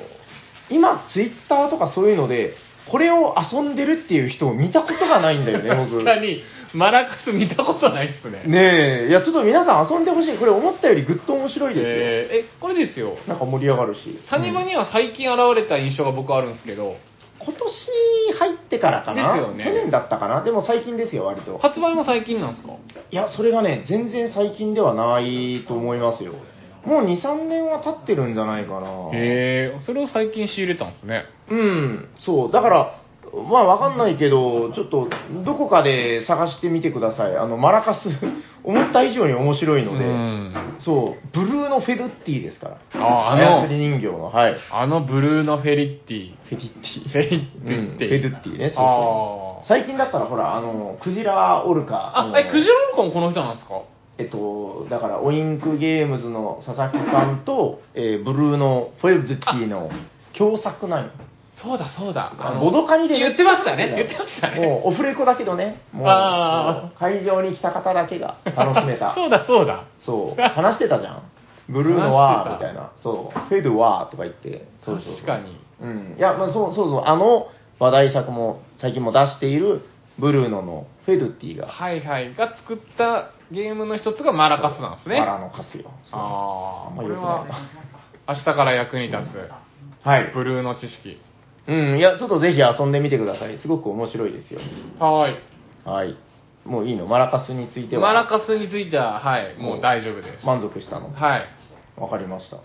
S2: 今、ツイッターとかそういうので、これを遊んでるっていう人を見たことがないんだよ
S1: (laughs)
S2: ね、
S1: 確。
S2: 僕
S1: かに、マラカス見たことないっすね。
S2: ねえ、いや、ちょっと皆さん遊んでほしい。これ思ったよりぐっと面白いですよ。
S1: えーえ、これですよ。
S2: なんか盛り上がるし。
S1: サニバ
S2: うん
S1: には最近現れた印象が僕はあるんですけど、
S2: 今年入ってからかな
S1: ですよね
S2: 去年だったかなでも最近ですよ、割と。
S1: 発売も最近なんですか
S2: いや、それがね、全然最近ではないと思いますよ。もう2、3年は経ってるんじゃないかな。
S1: へえー、それを最近仕入れたんですね。
S2: うん、そう。だから、まあわかんないけど、ちょっと、どこかで探してみてください。あの、マラカス、 (laughs) 思った以上に面白いので、
S1: うん
S2: そう、ブルーのフェルッティですから。
S1: ああの
S2: 操り人形の、はい。
S1: あのブルーのフェリッティ。
S2: フェリッティ。
S1: フェリッティって。
S2: うんフェルッティねそうそう
S1: あー
S2: 最近だったら、ほら、あの、クジラオルカ。の
S1: あ、え、クジラルカもこの人なんですか
S2: えっと、だから、オインクゲームズの佐々木さんと、えーブルーのフェルッティの共作なんよ。
S1: そうだそうだ。
S2: あの
S1: の
S2: ボドカニで
S1: 言ってましたね。言ってましたね。
S2: もうオフレコだけどね、もう
S1: あー
S2: もう会場に来た方だけが楽しめ
S1: (laughs)
S2: た。
S1: そうだそうだ。
S2: そう、話してたじゃん。ブルーノは
S1: 話し
S2: み
S1: てた
S2: たいな、そう、フェドはとか言って、そうそうそ
S1: 確
S2: う
S1: かに。
S2: うん、いや、まあ、そうそうそう、あの話題作も最近も出しているブルーノのフェドティが、
S1: はいはい。が作ったゲームの一つがマラカスなんですね。
S2: バラのカスよ。そう
S1: ああ、
S2: あん
S1: こ
S2: まり
S1: れ
S2: 良くない
S1: は
S2: な
S1: 明日から役に立
S2: はい
S1: つ。ブルーの知識。
S2: うん、いや、ちょっとぜひ遊んでみてください。すごく面白いですよ。
S1: はー
S2: はい。もういいのマラカスについ
S1: い。
S2: ては。
S1: マラカスについては、はい、もう大丈夫です。
S2: 満足したの。
S1: はい。
S2: わかりました。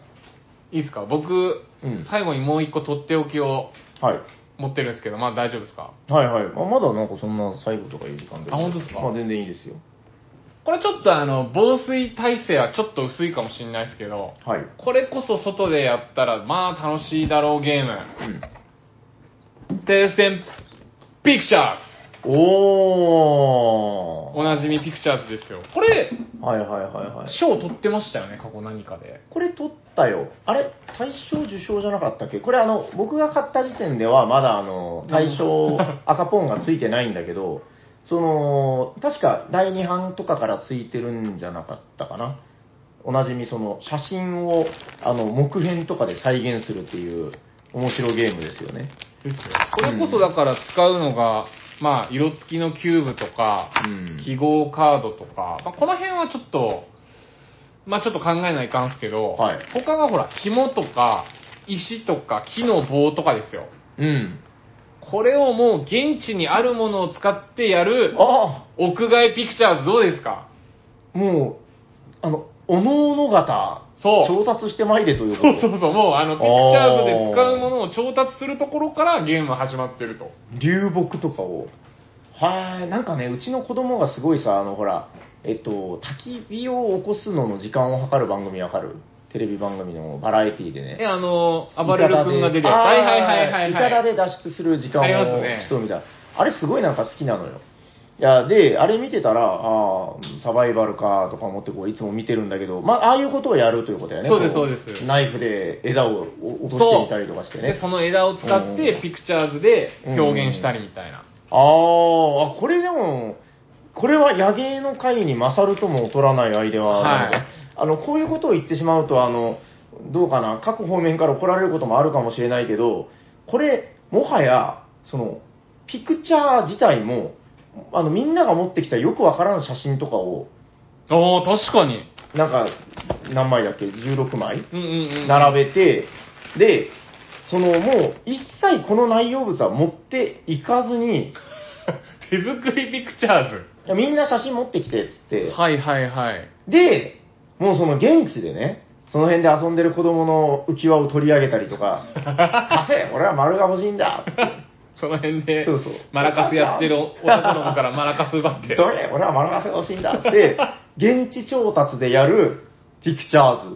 S1: いいですか僕、
S2: うん
S1: 最後にもう一個とっておきを
S2: はい。
S1: 持ってるんですけど、まだ大丈夫ですか
S2: はいはい。まあ、まだなんかそんな最後とかいう時間ですよ
S1: あ本当ですか
S2: まあ全然いいですよ。
S1: これちょっとあの、防水耐性はちょっと薄いかもしれないですけど、
S2: はい。う
S1: これこそ外でやったら、まあ楽しいだろうゲーム。
S2: ん。
S1: 停戦ピクチャーズ
S2: お
S1: お
S2: ー。
S1: ななじみピクチャーズですよ。これ、
S2: はいはいはいはい。
S1: 賞取ってましたよね、過去何かで。
S2: これ取ったよ。あれ、大賞受賞じゃなかったっけこれあの、僕が買った時点ではまだあの、大賞赤ポンがついてないんだけど、その、確か第2版とかからついてるんじゃなかったかな。おなじみその、写真をあの、木片とかで再現するっていう面白ゲームですよね。
S1: ですよ。これこそだから使うのが、まあ、色付きのキューブとか、
S2: うん
S1: 記号カードとか、まあ、この辺はちょっと、まあちょっと考えないかんすけど、
S2: はい
S1: 他がほら、紐とか、石とか、木の棒とかですよ。
S2: うん。
S1: これをもう現地にあるものを使ってやる、
S2: あ
S1: 屋外ピクチャーズどうですか
S2: あもう、あの、おのおの型、
S1: そう
S2: 調達してまいれという
S1: そ
S2: こと。
S1: うそうそう、もうあの、ピクチャーズで使うものを調達するところからゲームは始まってると。
S2: 流木とかをはいなんかねうちの子供がすごいさあのほらえっと焚き火を起こすのの時間を計る番組わかるテレビ番組のバラエティで
S1: え、
S2: ね
S1: あの、暴れる君が出るやつ。
S2: あー
S1: はいはいはいはい、はい。
S2: いただで脱出する時間を
S1: ありますね
S2: そうみたいなあれすごいなんか好きなのよいやであれ見てたらああサバイバルかとか思ってこういつも見てるんだけどまあああいうことをやるということだよね
S1: そうです
S2: こ
S1: そうです
S2: ナイフで枝を落としていたりとかしてね
S1: でその枝を使っ
S2: うんう
S1: て
S2: ん
S1: ピクチャーズで表現したりみたいな、
S2: あーあ、これでも、これは野芸の会に勝るとも劣らないアイデアだな
S1: はい
S2: あの、こういうことを言ってしまうと、あの、どうかな、各方面から怒られることもあるかもしれないけど、これ、もはや、その、ピクチャー自体も、あの、みんなが持ってきたよくわからん写真とかを、
S1: ああ確かに
S2: なんか、何枚だっけ ?16 枚
S1: うんうんうん
S2: 並べて、で、その、もう、一切この内容物は持っていかずに、
S1: 手作りピクチャーズ
S2: いやみんな写真持ってきてっつって、
S1: はいはいはい
S2: で、もうその現地でね、その辺で遊んでる子供の浮き輪を取り上げたり
S1: (laughs)
S2: とか、稼い俺は丸が欲しいんだっつっ
S1: その辺で
S2: そうそう、
S1: マラカスやってる男の子からマラカス奪って (laughs) て
S2: どれ俺は丸が欲しいんだっつって、現地調達でやるピクチャーズ。い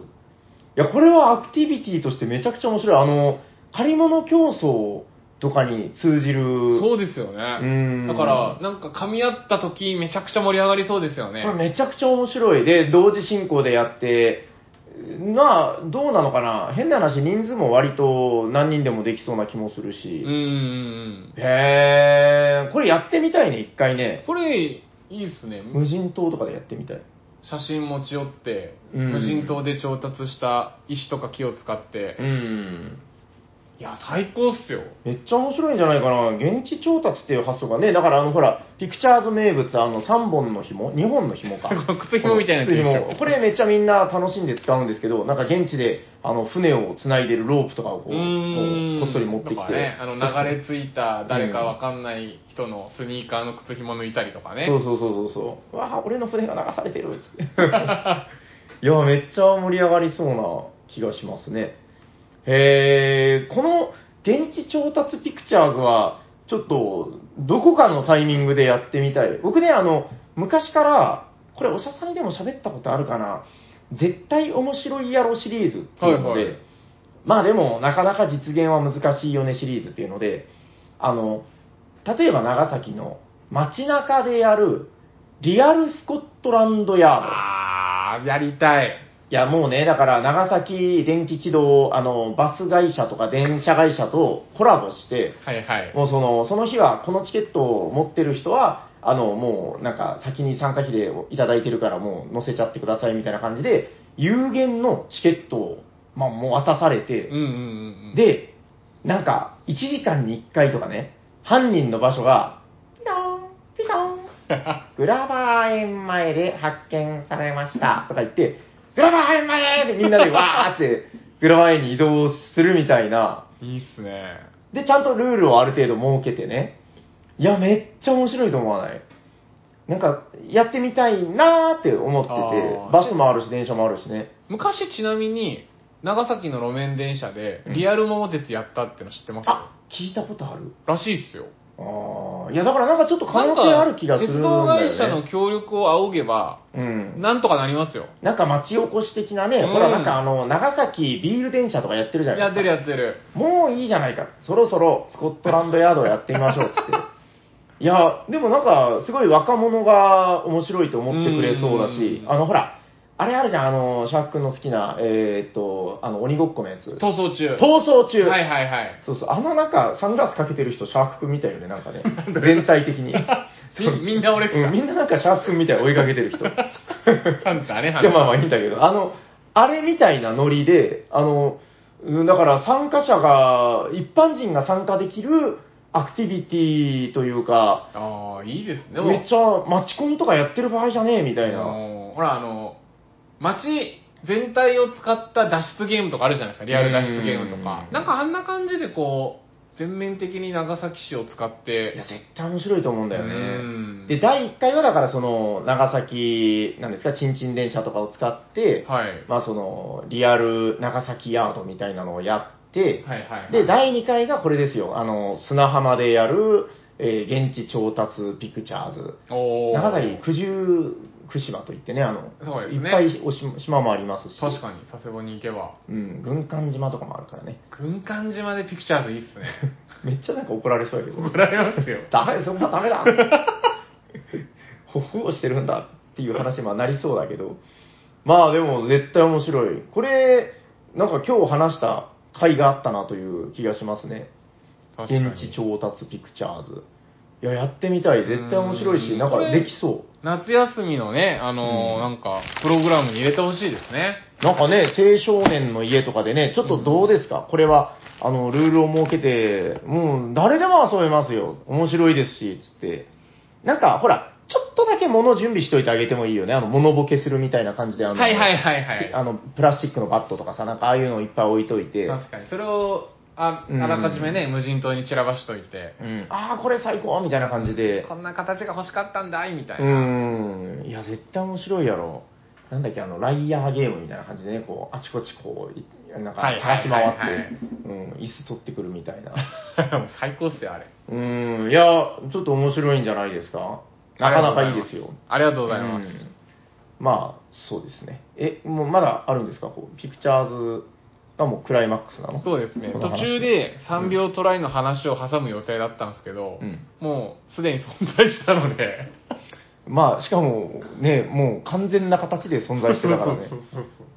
S2: や、これはアクティビティとしてめちゃくちゃ面白い。あの、借り物競争とかに通じる。
S1: そうですよね
S2: うん
S1: だからなんか噛み合った時めちゃくちゃ盛り上がりそうですよね
S2: これめちゃくちゃ面白い。で、同時進行でやって、まあ、どうなのかな。変な話、人数も割と何人でもできそうな気もする
S1: うん
S2: し。
S1: うんうん
S2: へー、これやってみたいね、一回ね。
S1: これいいっすね
S2: 無人島とかでやってみたい。
S1: 写真持ち寄って、
S2: うん
S1: 無人島で調達した石とか木を使って、
S2: うん。
S1: いや最高っすよ
S2: めっちゃ面白いんじゃないかな。現地調達っていう発想がね、だからあのほら、ピクチャーズ名物、あの3本の紐 ?2 本の
S1: (laughs)
S2: 紐か
S1: (laughs) 。この靴紐みたいなやつ
S2: 靴
S1: でしょ
S2: 紐これめっちゃみんな楽しんで使うんですけど、なんか現地で、あの、船を繋いでるロープとかをこう、こうこっそり持ってき
S1: と
S2: て。
S1: かね、あの流れ着いた誰かわかんない人のスニーカーの靴紐抜いたりとかね。
S2: そうそうそうそうそう。うわあ、俺の船が流されてるつって。 (laughs) いや、めっちゃ盛り上がりそうな気がしますね。へえ、この現地調達ピクチャーズは、ちょっと、どこかのタイミングでやってみたい。僕ね、あの、昔から、これおしゃさんにでも喋ったことあるかな。絶対面白いやろシリーズっていうので、
S1: はいはい
S2: まあでも、なかなか実現は難しいよねシリーズっていうので、あの、例えば長崎の街中でやるリアルスコットランドヤード。
S1: あー、やりたい。
S2: いや、もうね、だから、長崎電気軌道、あの、バス会社とか電車会社とコラボして、
S1: はいはい。
S2: もうその、その日は、このチケットを持ってる人は、あの、もう、なんか、先に参加費でいただいてるから、もう、乗せちゃってください、みたいな感じで、有限のチケットを、まあ、もう渡されて、
S1: うんうんうんうん。、
S2: で、なんか、1時間に1回とかね、犯人の場所が、ピローン、ピローン、グラバー園前で発見されましたとか言って、グラバー園前でみんなでわ
S1: (laughs)
S2: ーってグラバー園に移動するみたいな。
S1: (laughs) いいっすね。
S2: で、ちゃんとルールをある程度設けてね。いや、めっちゃ面白いと思わないなんか、やってみたいなーって思って
S1: あー
S2: て、バスもあるし、電車もあるしね。
S1: 昔ちなみに、長崎の路面電車でリアル桃鉄やったっての知ってます、
S2: あ、聞いたことある
S1: らしいっすよ。
S2: ああ、いや、だからなんかちょっと可能性ある気がするんだよ、
S1: なん
S2: ね。
S1: か鉄道会社の協力を仰げば、
S2: うん。
S1: なんとかなりますよ。
S2: なんか町おこし的なね、
S1: うん
S2: ほらなんかあの、長崎ビール電車とかやってるじゃな
S1: や
S2: い
S1: っ
S2: で
S1: て
S2: す
S1: る
S2: か。
S1: やってる。 (laughs)
S2: もういいじゃないか。そろそろスコットランドヤードやってみましょうっつって。いや、でもなんか、すごい若者が面白いと思ってくれそうだし
S1: う、ん
S2: あの、ほら、あれあるじゃん、あの、シャーク君の好きな、えーっと、あの、鬼ごっこのやつ。
S1: 逃走中。
S2: 逃走中。
S1: はいはいはい。
S2: そうそう、あのなんか、サングラスかけてる人、シャーク君みたいよね、な
S1: (laughs)
S2: んかね。全体的に。そう
S1: みみんな俺っすか
S2: うんみんななんかシャーク君みたいに追いかけてる
S1: (laughs)
S2: 人。
S1: パンツあれ
S2: いや、まあまあいいんだけど、あの、あれみたいなノリで、あの、うんだから参加者が、一般人が参加できるアクティビティというか、
S1: ああ、いいですね。でも
S2: めっちゃマチコンとかやってる場合じゃねえみたい
S1: あ
S2: な。
S1: のーほら、あの、街全体を使った脱出ゲームとかあるじゃないですか、リアル脱出ゲームとか
S2: う。ん
S1: なんかあんな感じでこう、全面的に長崎市を使っ
S2: いや、
S1: て、
S2: 絶対面白いと思うんだよ
S1: う
S2: ね。
S1: ん
S2: で、第1回はだからその、長崎、なんですか、チンチン電車とかを使って、
S1: はい。
S2: まあその、リアル長崎ヤードみたいなのをやって、
S1: はいはいはい。
S2: で、第2回がこれですよ。あの、砂浜でやる、えー現地調達ピクチャーズ。
S1: おー
S2: 長崎九十九島といってね、あの、
S1: そうです
S2: い
S1: ね
S2: っぱいおし島もありますし。
S1: 確かに、佐世保に行けば。
S2: うん、軍艦島とかもあるからね。
S1: 軍艦島でピクチャーズいいっすね。 (laughs)
S2: めっちゃなんか怒られそうやけど。
S1: 怒られますよ。
S2: ダメ、そんなダメだ (laughs) ほほうしてるんだっていう話にはなりそうだけど。まあでも絶対面白い。これ、なんか今日話した回があったなという気がしますね。
S1: 確かに
S2: 現地調達ピクチャーズ。いや、やってみたい。絶対面白いし、
S1: うん
S2: なんか
S1: これ
S2: できそ
S1: 夏休みのね、あのー
S2: うん
S1: なんか、プログラムに入れてほしいですね。
S2: う。なんかね、青少年の家とかでね、ちょっとどうですか、これは、あの、ルールを設けて、もう誰でも遊べますよ。面白いですし、つって。なんか、ほら、ちょっとだけ物準備しといてあげてもいいよね。あの、物ボケするみたいな感じで、あの、
S1: はいはいはいはい。
S2: あの、プラスチックのバットとかさ、なんかああいうのいっぱい置いといて。
S1: 確かに。それを、ああ
S2: うん
S1: らかじめね、無人島に散らばしといて、
S2: うん。ああ、これ最高みたいな感じで。
S1: こんな形が欲しかったんだい、みたいうな。
S2: ーん。いや、絶対面白いやろ。なんだっけ、あの、ライヤーゲームみたいな感じでね、こう、あちこちこう、いなんか
S1: はいはい
S2: 探し
S1: はい
S2: 回
S1: は
S2: っ
S1: い
S2: て、うん、椅子取ってくるみたいな。
S1: もう (laughs) 最高っすよ、あれ。
S2: うーん、いや、ちょっと面白いんじゃないですか。なかなかいいですよ。
S1: ありがとうございます。
S2: うんまあ、そうですね。え、もうまだあるんですかこう、ピクチャーズがもうクライマックスなの
S1: そうですね。
S2: この話
S1: 途中で3秒トライの話を挟む予定だったんですけど、
S2: うん
S1: もうすでに存在したので、
S2: まあ、しかも、ね、もう完全な形で存在してたからね。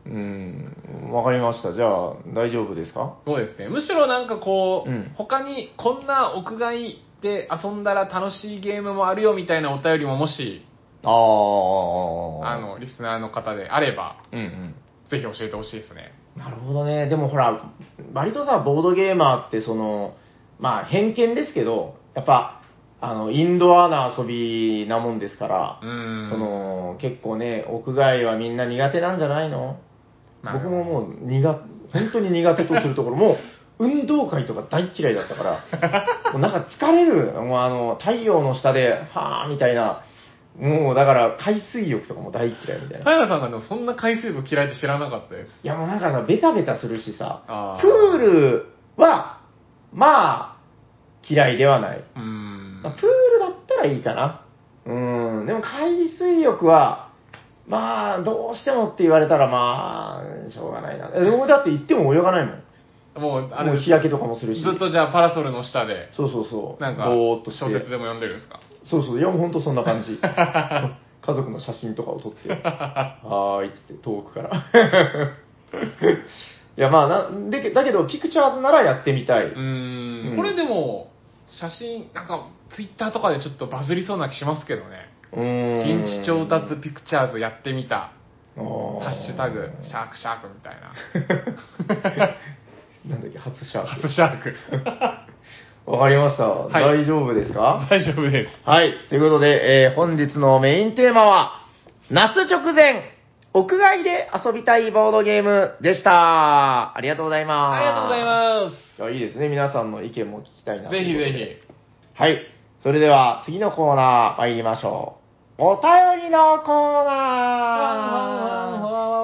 S2: うん、わかりました。じゃあ、大丈夫ですか
S1: そうですね。むしろなんかこう、
S2: うん
S1: 他にこんな屋外で遊んだら楽しいゲームもあるよみたいなお便りももし、
S2: ああ。
S1: あ、の、リスナーの方であれば、
S2: うんうん。
S1: ぜひ教えてほしいですね。
S2: なるほどね。でもほら、割とさ、ボードゲーマーって、その、まあ、偏見ですけど、やっぱ、あの、インドアな遊びなもんですから
S1: う、ん。
S2: その、結構ね、屋外はみんな苦手なんじゃないの
S1: なる
S2: 僕
S1: ほど
S2: ももう苦、本当に苦手とするところ、もう運動会とか大嫌いだっ
S1: (laughs)
S2: たから、もうなんか疲れる、もうあの、太陽の下で、はぁ、みたいな、もうだから海水浴とかも大嫌いみたいな。
S1: 平さんがでもそんな海水部嫌いって知らなかったです。
S2: いやもうなんかさ、ベタベタするしさ
S1: あ、ー
S2: プールは、まあ、嫌いではない。
S1: うーん。
S2: プールだったらいいかな。うん、でも海水浴は、まあ、どうしてもって言われたら、まあ、しょうがないな。え俺だって行っても泳がないもん。
S1: もう、あ
S2: も
S1: れ
S2: う日焼けとかもするし。
S1: ずっとじゃあパラソルの下で、
S2: そうそうそう。
S1: なんか、
S2: ぼーっとして
S1: 小。説でも読んでるんですか
S2: そうそう。いや、もうほんとそんな
S1: (laughs)
S2: 感じ。家族の写真とかを撮って、はーいっつって遠くから。いや、まあなで、だけど、ピクチャーズならやってみたい。
S1: うー
S2: うん
S1: ん。これでも、写真、なんか、ツイッターとかでちょっとバズりそうな気しますけどね。
S2: うん。
S1: 現地調達ピクチャーズやってみた。
S2: あー
S1: ハッシュタグ、シャークシャークみたいな。
S2: (laughs) なんだっけ、初シャー
S1: 初シャーク。
S2: プ。わかりました。
S1: い
S2: 大丈夫ですか
S1: 大丈夫です。
S2: はい。ということで、えー本日のメインテーマは、夏直前、屋外で遊びたいボードゲームでした。ありがとうございます。。
S1: ありがとうございます
S2: いや、いいですね。皆さんの意見も聞きたいな
S1: す。ぜひ
S2: ということ
S1: ぜ
S2: で。
S1: ひ。
S2: はい。それでは、次のコーナー参りましょう。お便りのコーナーは。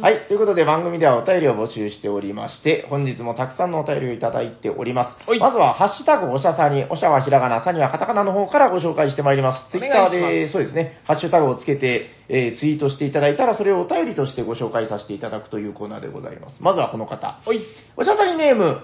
S1: はい
S2: ということで、番組ではお便りを募集しておりまして、本日もたくさんのお便りをいただいておりま
S1: は
S2: す。
S1: い
S2: まずは、ハッシュタグおしゃさに、おしゃはひらがな、さにはカタカナの方からご紹介してまいります。ツ
S1: お
S2: イ
S1: 願
S2: ッ
S1: いしま
S2: タ
S1: す
S2: ーで、そうですね、ハッシュタグをつけて、えーツイートしていただいたら、それをお便りとしてご紹介させていただくというコーナーでございます。まずはこの方。
S1: おい。
S2: おしゃさにネーム、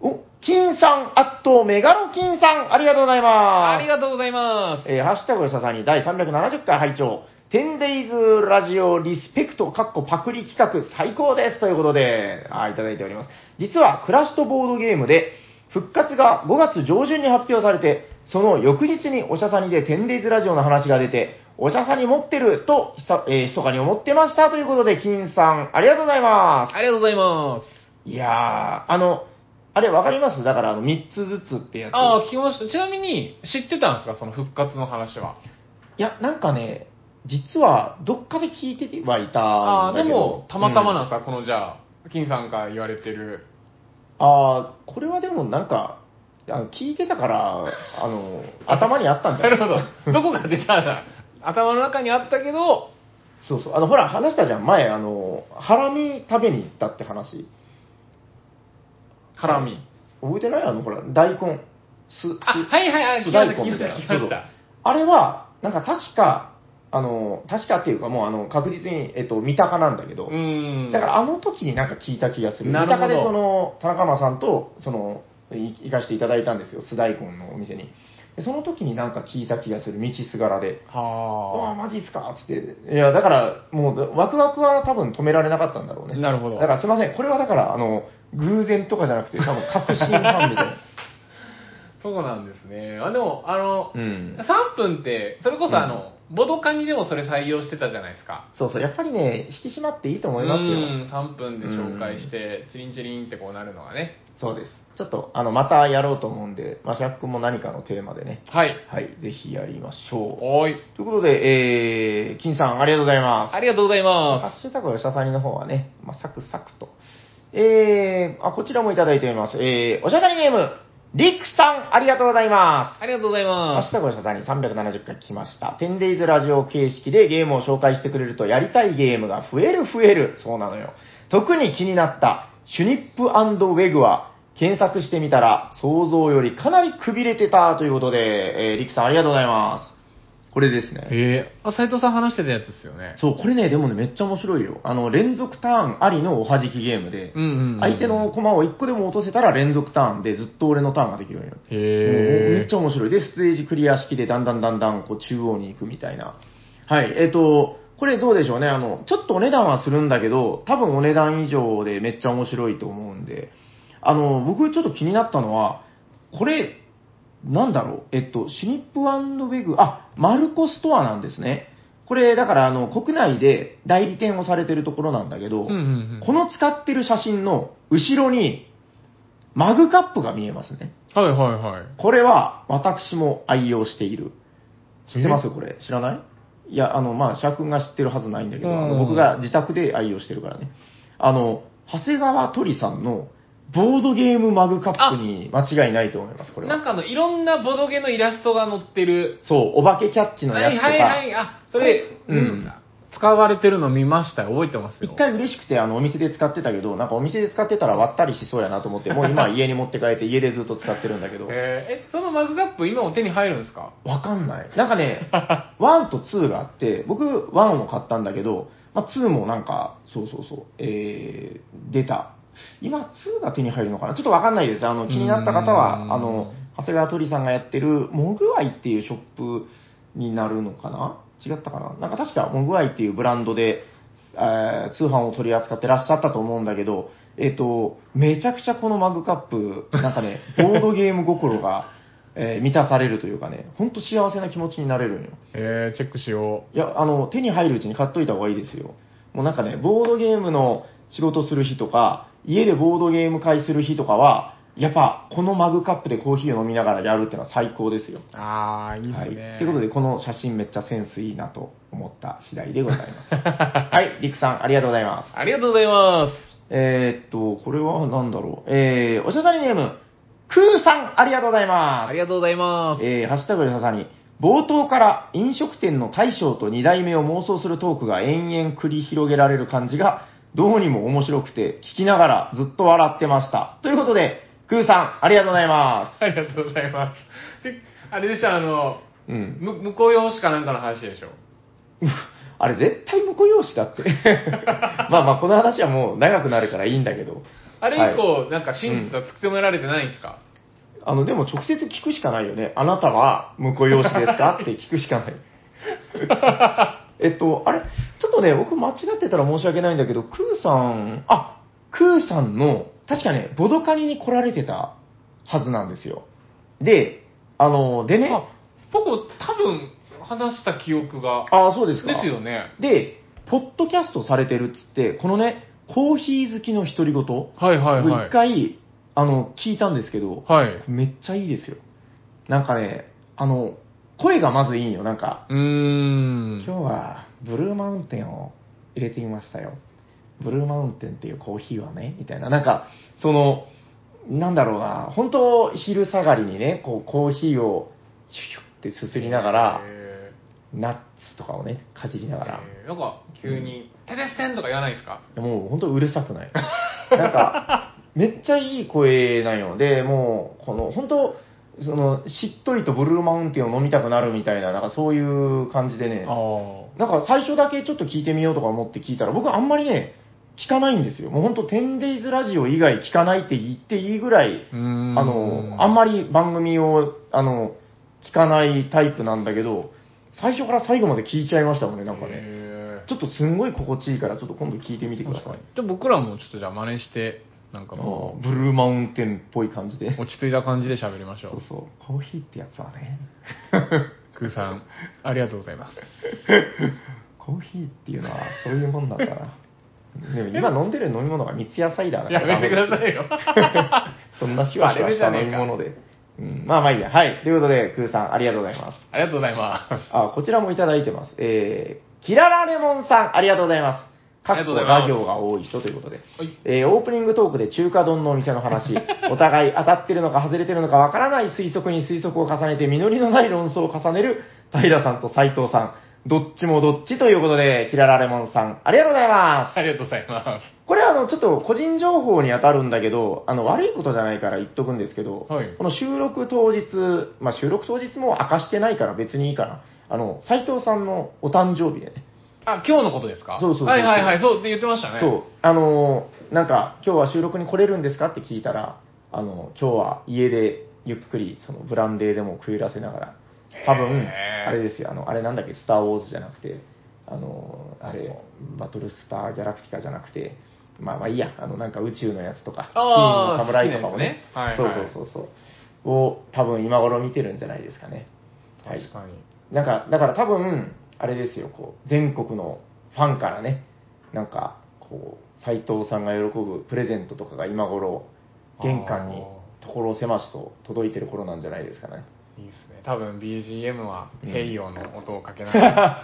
S2: お、金さん、あと、メガロ金さん、ありがとうございます。
S1: ありがとうございます。
S2: えーハッシュタグよささに第370回拝聴 10days ラジオリスペクトかっこパクリ企画最高ですということで、あーいただいております。実はクラシュトボードゲームで復活が5月上旬に発表されて、その翌日におしゃさにで 10days ラジオの話が出て、おしゃさに持ってると、ひさえー、密かに思ってましたということで、金さん、ありがとうございます。
S1: ありがとうございます。
S2: いやー、あの、あれわかりますだからあの3つずつってやつ。
S1: ああ、聞きました。ちなみに、知ってたんですかその復活の話は。
S2: いや、なんかね、実はどっかで聞いてはいたんだけど。
S1: ああー、でも、たまたまなん
S2: うん
S1: ですか、このじゃあ、金さんが言われてる。
S2: ああ、これはでもなんか、あの聞いてたから、あの、頭にあったんじ
S1: な
S2: ゃな
S1: る
S2: い
S1: ほど。どこかでじゃあ、頭の中にあったけど、
S2: そうそう。あの、ほら、話したじゃん、前、あの、ハラミ食べに行ったって話。
S1: ハラミ。
S2: 覚えてないあの、ほら、大根。す、す
S1: あ、はいはいはい、聞
S2: 酢
S1: きま
S2: 大
S1: した、聞
S2: 根
S1: き
S2: みたい
S1: ました、
S2: な。
S1: 聞きま
S2: そうそ
S1: し
S2: う
S1: た。
S2: あれは、なんか確か、あの、確かっていうかもう、あの、確実に、えっと、三鷹なんだけど、
S1: うーん。
S2: だからあの時になんか聞いた気がする。
S1: な
S2: 三
S1: るほど
S2: 鷹でその、田中間さんと、その、い行かせていただいたんですよ、須大根のお店に。でその時になんか聞いた気がする、道すがらで。うわあ、
S1: は
S2: マジっすかつって。いや、だから、もう、ワクワクは多分止められなかったんだろう
S1: あ。
S2: ね。
S1: なるほど。
S2: だから、すいません。これはだから、あの、偶然とかじゃなくて、多
S1: (laughs)
S2: 分、確信犯みたいな。
S1: そうなんですね。あ、でも、あの、
S2: うん。
S1: 3分って、それこそあの、ボドカにでもそれ採用してたじゃないですか。
S2: そうそう。やっぱりね、引き締まっていいと思いますよ。
S1: うん、3分で紹介して、チリンチリンってこうなるのがね。
S2: そうです。ちょっと、あの、またやろうと思うんで、まあ、シャックも何かのテーマでね。
S1: はい。
S2: はい。ぜひやりましょう。
S1: おーい。
S2: ということで、えー、金さん、ありがとうございます。
S1: ありがとうござい
S2: ハ
S1: ま
S2: ッシュタグよささにの方はね、まあ、サクサクと。えー、あ、こちらもいただいております。えー、おしゃさにゲーム、リクさん、ありがとうございます
S1: す。。ありがとうござい
S2: ハッシ
S1: ま
S2: ュ
S1: す。
S2: タグよささに370回来ました。10days ラジオ形式でゲームを紹介してくれると、やりたいゲームが増える増える。そうなのよ。特に気になった、シュニップウェグは、検索してみたら、想像よりかなりくびれてたということで、えー、リクさん、ありがとうございます。これですね。
S1: ええあ、斎藤さん話してたやつですよね。
S2: そう、これね、でもね、めっちゃ面白いよ。あの、連続ターンありのおはじきゲームで、
S1: うんうんうん
S2: 相手の駒を1個でも落とせたら連続ターンでずっと俺のターンができるようになる。もうめ
S1: へ
S2: っちゃ面白い。で、ステージクリア式でだんだんだんだんこう中央に行くみたいな。はい、えっ、と、これどうでしょうね。あの、ちょっとお値段はするんだけど、多分お値段以上でめっちゃ面白いと思うんで、あの、僕ちょっと気になったのは、これ、なんだろう、えっと、シュニップウェグ、あ、マルコストアなんですね。これ、だから、あの、国内で代理店をされてるところなんだけど、
S1: うんうん
S2: この使ってる写真の後ろに、マグカップが見えますね。
S1: うん。はいはいはい。
S2: これは私も愛用している。知ってますこれ。知らないいや、あの、まあ、シャー君が知ってるはずないんだけど、あ
S1: う
S2: の
S1: ん
S2: 僕が自宅で愛用してるからね。あの、長谷川鳥さんのボードゲームマグカップに間違いないと思います、これ
S1: なん
S2: は。
S1: かあの、いろんなボドゲのイラストが載ってる。
S2: そう、お化けキャッチの
S1: は
S2: やつ
S1: い
S2: とか、
S1: はいはい。あ、それ、
S2: うん
S1: 使われてるの見ましたよ覚えてますよ。
S2: 一回嬉しくてあのお店で使ってたけど、なんかお店で使ってたら割ったりしそうやなと思って、もう今は家に持って帰って家でずっと使ってるんだけど、
S1: (laughs) えーえ、そのマグカップ今も手に入るんですか
S2: わかんない。なん
S1: (laughs)
S2: かね、1と2があって、僕1を買ったんだけど、まあ、2もなんか、そうそうそう、えー、出た。今2が手に入るのかなちょっとわかんないです。あの、気になった方
S1: う
S2: は、
S1: ん
S2: あの、長谷川鳥さんがやってる、モグアイっていうショップになるのかな違ったかななんか確か、モグアイっていうブランドで、えー通販を取り扱ってらっしゃったと思うんだけど、えっ、と、めちゃくちゃこのマグカップ、なんか
S1: (laughs)
S2: ね、ボードゲーム心が、えー満たされるというかね、ほんと幸せな気持ちになれるんよ。
S1: えー、チェックしよ
S2: いや、あの、手に入るうちに買っといた方がいいですよ。もうなんかね、ボードゲームの仕事する日とか、家でボードゲーム会する日とかは、やっぱ、このマグカップでコーヒーを飲みながらやるってのは最高ですよ。
S1: う。あー、いいで
S2: は
S1: す
S2: い。
S1: ね。
S2: ということで、この写真めっちゃセンスいいなと思った次第でござい
S1: (laughs)
S2: ます。はい、りくさん、ありがとうございます。
S1: ありがとうございま
S2: えー、っと、これは何だろう。えー、おしゃさりネーム、クーさん、ありがとうございます
S1: す。あ。りがとうございます。
S2: えーハッシュタグでささに、冒頭から飲食店の大将と2代目を妄想するトークが延々繰り広げられる感じが、どうにも面白くて、聞きながらずっと笑ってました。ということで、クーさん、ありがとうございま
S1: ありがとうございます。であれでした、あの、
S2: す。うん。 (laughs)
S1: む向こう用紙かなんかの話でしょ。
S2: (laughs) あれ絶対婿養子だって。まあまあ、この話はもう長くなるからいいんだけど。
S1: あれ以降、なんか真実は突き止められてないんですか、
S2: あの、でも直接聞くしかないよね。あなたは婿養子です
S1: (laughs)
S2: かって聞くしかない。 (laughs) えっと、あれちょっとね、僕間違ってたら申し訳ないんだけど、クーさん、あ、クーさんの、確かね、ボドカニに来られてたはずなんですよ。で、あの、でね、
S1: あ僕も多分話した記憶が
S2: ああ、そうですか。
S1: ですよね
S2: で、ポッドキャストされてるっつって、このね、コーヒー好きの独り言を
S1: はいはいはい
S2: 一回、あの、聞いたんですけど、
S1: はい
S2: めっちゃいいですよ。なんかね、あの、声がまずいいよ。なんか、
S1: うーん
S2: 今日はブルーマウンテンを入れてみましたよ。ブルーマウンテンっていうコーヒーはね、みたいな。なんか、その、なんだろうな、本当昼下がりにね、こう、コーヒーをシュッシュッってすすりながら、
S1: え
S2: ナッツとかをね、かじりな
S1: ー
S2: がら。
S1: えーなんか急に「テテステン!」とか言わないですか
S2: もう本当うるさくない。なんか、めっちゃいい声なんよ。で、もう、この、本当その、しっとりとブルーマウンテンを飲みたくなるみたいな、なんかそういう感じでね、
S1: あ
S2: なんか最初だけちょっと聞いてみようとか思って聞いたら、僕あんまりね、聞かないんですよ。もう本当 10days ラジオ以外聞かないって言っていいぐらい、あの、あんまり番組を、あの、聞かないタイプなんだけど、最初から最後まで聞いちゃいましたもんね、なんかね。
S1: ね
S2: ちょっとすんごい心地いいから、ちょっと今度聞いてみてください。
S1: じゃあ僕らもちょっとじゃあ真似してなんかも
S2: ブルーマウンテンっぽい感じで。
S1: う落ち着いた感じで喋りましょ
S2: そううそう。コーヒーってやつはね。 (laughs)
S1: (laughs) クーさんありがとうございます
S2: コーヒーっていうのはそういうもんなんだ
S1: (laughs)
S2: な。でも今飲んでる飲み物が三ツ矢サイダーだか
S1: や
S2: ら。
S1: めてくださいよ
S2: (laughs) そんなシュワシュワした飲み物で。うん、まあまあいいや。はい。ということで、クーさん、ありがとうございます。
S1: ありがとうございます
S2: あ、こちらもいただいてます。えー、キララレモンさん、ありがとうございます。か
S1: ありが
S2: っ
S1: と
S2: こ
S1: うございます
S2: ラ行が多い人ということで。
S1: はい
S2: えーオープニングトークで中華丼のお店の話、
S1: (laughs)
S2: お互い当たってるのか外れてるのかわからない推測に推測を重ねて、実りのない論争を重ねる平さんと斉藤さん、どっちもどっちということで、キララレモンさん、ありがとうございます。
S1: ありがとうございま
S2: これはあの、ちょっと個人情報に当たるんだけど、あの、悪いことじゃないから言っとくんですけど、
S1: はい
S2: この収録当日、まあ収録当日も明かしてないから別にいいかな。あの、斉藤さんのお誕生日でね、
S1: すあ今日のことですか
S2: そうそうそう
S1: はいはいはいそうって言ってましたね
S2: そう、あのーなんか、今日は収録に来れるんですかって聞いたら、あの今日は家でゆっくり、そのブランデーでも食いらせながら、多分
S1: へ、ー
S2: あれですよ、あの、あれなんだっけ、スター・ウォーズじゃなくて、あのーあれ、バトルスター・ギャラクティカじゃなくて、まあまあいいや、あの、なんか宇宙のやつとか、スチームの
S1: あー
S2: 侍とかもね、
S1: 好きなやつね
S2: そう
S1: はいはい
S2: そうそうそう、を多分今頃見てるんじゃないですかね。はい
S1: 確かに
S2: なんか、だから多分、あれですよ、こう、全国のファンからね、なんか、こう、斎藤さんが喜ぶプレゼントとかが今頃、玄関に
S1: あ
S2: 所狭しと届いてる頃なんじゃないですかね。
S1: いいですね多分 BGM は「
S2: うん
S1: ヘイヨー」の音をかけながら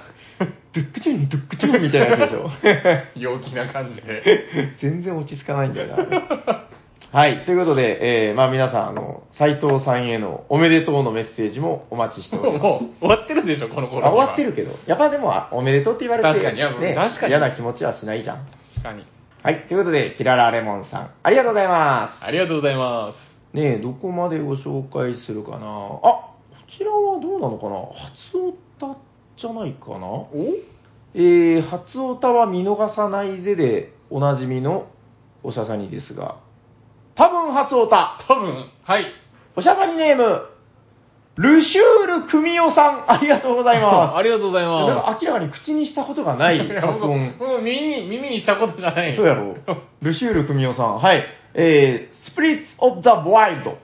S2: ドゥックチュン、ドゥックチュンみたいなやつでしょ。
S1: 陽気な感じで
S2: (laughs) 全然落ち着かないんだよな。 (laughs) はい。ということで、えー、まあ皆さん、あの、斎藤さんへのおめでとうのメッセージもお待ち (laughs) しております。
S1: もう終わってるでしょこの頃には
S2: あ終わってるけど、やっぱでも、あおめでとうって言われて、
S1: 確かにいや
S2: ね、
S1: 確かに
S2: 嫌な気持ちはしないじゃん。
S1: 確かに
S2: はい。ということで、キララレモンさん、ありがとうございま。
S1: ありがとうございます
S2: ねえ、どこまでご紹介するかなあ、こちらはどうなのかな初オタじゃないかな
S1: すお
S2: えー、初オタは見逃さないぜでおなじみのおしゃさにですが、多分初オタ
S1: 多分はい
S2: おしゃさにネーム、ルシュール組夫さん、ありがとうござい (laughs) ま
S1: (laughs)
S2: す。
S1: ありがとうござい
S2: なん
S1: ま
S2: か明らかに口にしたことがな
S1: す
S2: い
S1: いや
S2: 発 (laughs) 音。
S1: もうもう耳に耳にしたことがない
S2: そうやろ。ルシュール組夫さん。はい。えー、スプリッツ・オブ・ザ・ワイルド。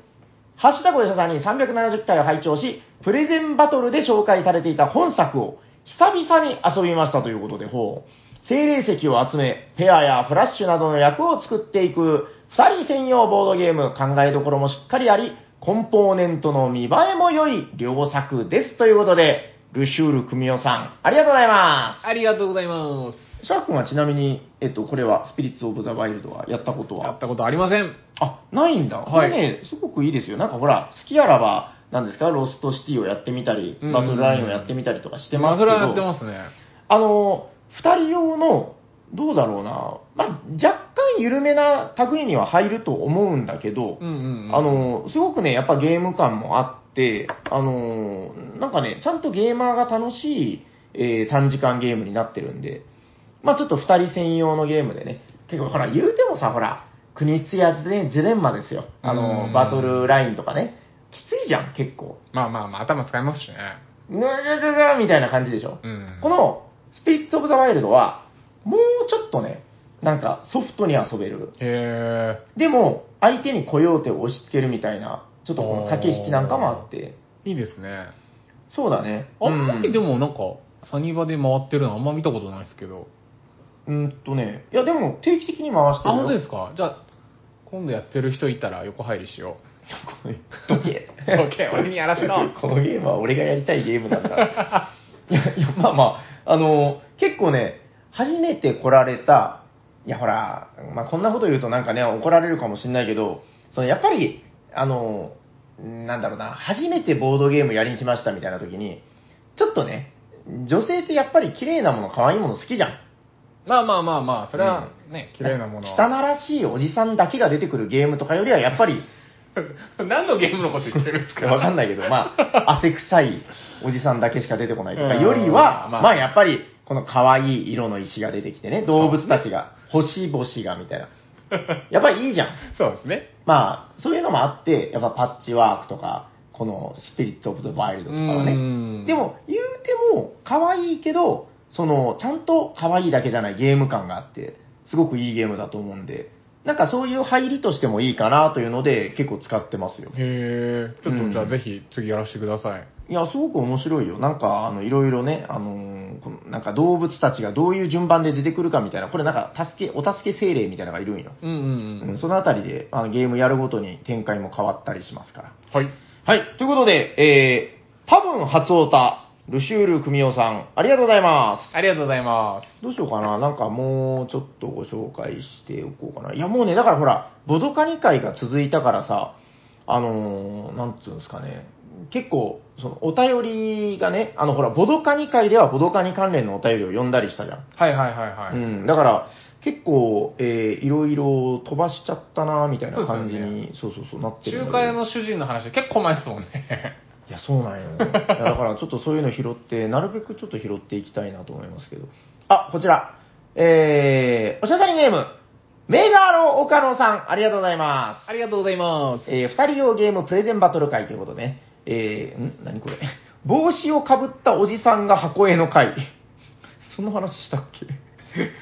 S2: ハッシュタグお医者さんに370回を拝聴し、プレゼンバトルで紹介されていた本作を久々に遊びましたということで、ほう。精霊石を集め、ペアやフラッシュなどの役を作っていく、二人専用ボードゲーム、考えどころもしっかりあり、コンポーネントの見栄えも良い両作です。ということで、ルシュール組夫さん、ありがとうございます。
S1: ありがとうございます
S2: シャークはちなみに、えっと、これは、スピリッツ・オブ・ザ・ワイルドはやったこと
S1: やっ
S2: は
S1: たことありません
S2: あ、ないんだ。こ
S1: はい
S2: れね、すごくいいですよ。なんかほら、好きあらば、なんですか、ロストシティをやってみたり、
S1: うん
S2: バトルラインをやってみたりとかして
S1: ま
S2: ま
S1: あ
S2: す
S1: そ
S2: け
S1: れ
S2: ど、
S1: はやってますね
S2: あの、二人用の、どうだろうな、まあ、若干緩めな類には入ると思うんだけど、
S1: うんうん、うん、
S2: あの、すごくね、やっぱゲーム感もあって、あの、なんかね、ちゃんとゲーマーが楽しい、えー短時間ゲームになってるんで、まあちょっと2人専用のゲームでね、結構ほら、言うてもさ、ほら、国津やジレジレンマですよ。あ
S1: う
S2: の、
S1: ん
S2: バトルラインとかね。きついじゃん、結構。
S1: まあまあまあ、頭使いますしね。
S2: ぬるるるみたいな感じでしょ。
S1: うん。
S2: こ、の、スピリッツ・オブ・ザ・ワイルドは、もうちょっとね、なんかソフトに遊べる。
S1: へ
S2: でも、相手にコヨーテを押し付けるみたいな、ちょっとこの駆け引きなんかもあって。
S1: え、いいですね。
S2: そうだね。
S1: あんまりで
S2: も。
S1: もなんか、サニバで回ってるのあんま見たことないですけど。
S2: うんとね、いやでも定期的に回して
S1: あ、
S2: るよ。
S1: 本当ですかじゃあ、今度やってる人いたら横入りしよ
S2: どけ。
S1: う。オッケー、俺にやらせろ。
S2: (laughs) このゲームは俺がやりたいゲームなんだ。
S1: (laughs)
S2: いや、いや、まあまあ、あの結構ね、初めて来られた、いやほら、まあこんなこと言うとなんかね、怒られるかもしれないけど、そのやっぱり、あのなんだろうな、初めてボードゲームやりに来ましたみたいな時に、ちょっとね、女性ってやっぱり綺麗なもの、可愛いもの好きじゃん。
S1: まあまあまあまあ、それはね、綺麗なもの。
S2: 汚らしいおじさんだけが出てくるゲームとかよりは、やっぱり、
S1: (laughs) 何のゲームのこと言ってるんですか
S2: わかん
S1: ない。
S2: ないけど、ま
S1: (laughs)
S2: あ、汗臭いおじさんだけしか出てこないとか
S1: うん
S2: よりは、
S1: まあ
S2: まあやっぱり、この可愛い色の石が出てきてね、動物たちが、星々がみ
S1: (laughs)
S2: たいな。やっぱりいいじゃん。
S1: (laughs) そうですね。
S2: まあ、そういうのもあって、やっぱパッチワークとか、このスピリット・オブ・ザ・ワイルドとかはね。
S1: ね
S2: で、も、言うても、可愛いけど、その、ちゃんと可愛いだけじゃないゲーム感があって、すごくいいゲームだと思うんで、なんかそういう入りとしてもいいかなというので、結構使ってますよ。
S1: へえ、ちょっ
S2: う
S1: と
S2: ん
S1: じゃあぜひ次やらせてください。
S2: いや、すごく面白いよ。なんか、あの、いろいろね、あのーこのなんか動物たちがどういう順番で出てくるかみたいな、これなんか、助け、お助け精霊みたいなのがいるんよ。
S1: うんうん
S2: うん、そのあたりで、あの、ゲームやるごとに展開も変わったりしますから。
S1: はい。
S2: はい、ということで、えー、多分初オタ、ルシュール組夫さん、ありがとうございます。
S1: ありがとうございま
S2: どうしようかな、なんかもうちょっとご紹介しておこうかな。いや、もうね、だからほら、ボドカニ会が続いたからさ、あのーなんつうんですかね、結構、その、お便りがね、あの、ほら、ボドカニ会ではボドカニ関連のお便りを読んだりしたじゃん。
S1: す。はいはいはいはい。
S2: うん、だから、結構、えー、いろいろ飛ばしちゃったな、みたいな感じ
S1: そう
S2: に、そう,、そうそうなってるんだ
S1: 仲
S2: けど
S1: 介の主人の話結構前ですもんね。
S2: いや、そう (laughs) なんよ。いやだからちょっとそういうの拾って、なるべくちょっと拾っていきたいなと思いますけど。あ、こちら。えー、おしゃべりネーム、メガロ岡野さん、ありがとうございま。
S1: (laughs) ありがとうございます
S2: えー、二人用ゲームプレゼンバトル会ということでね。えー、ん何これ。帽子をかぶったおじさんが箱絵の会。 (laughs) そんな話したっけ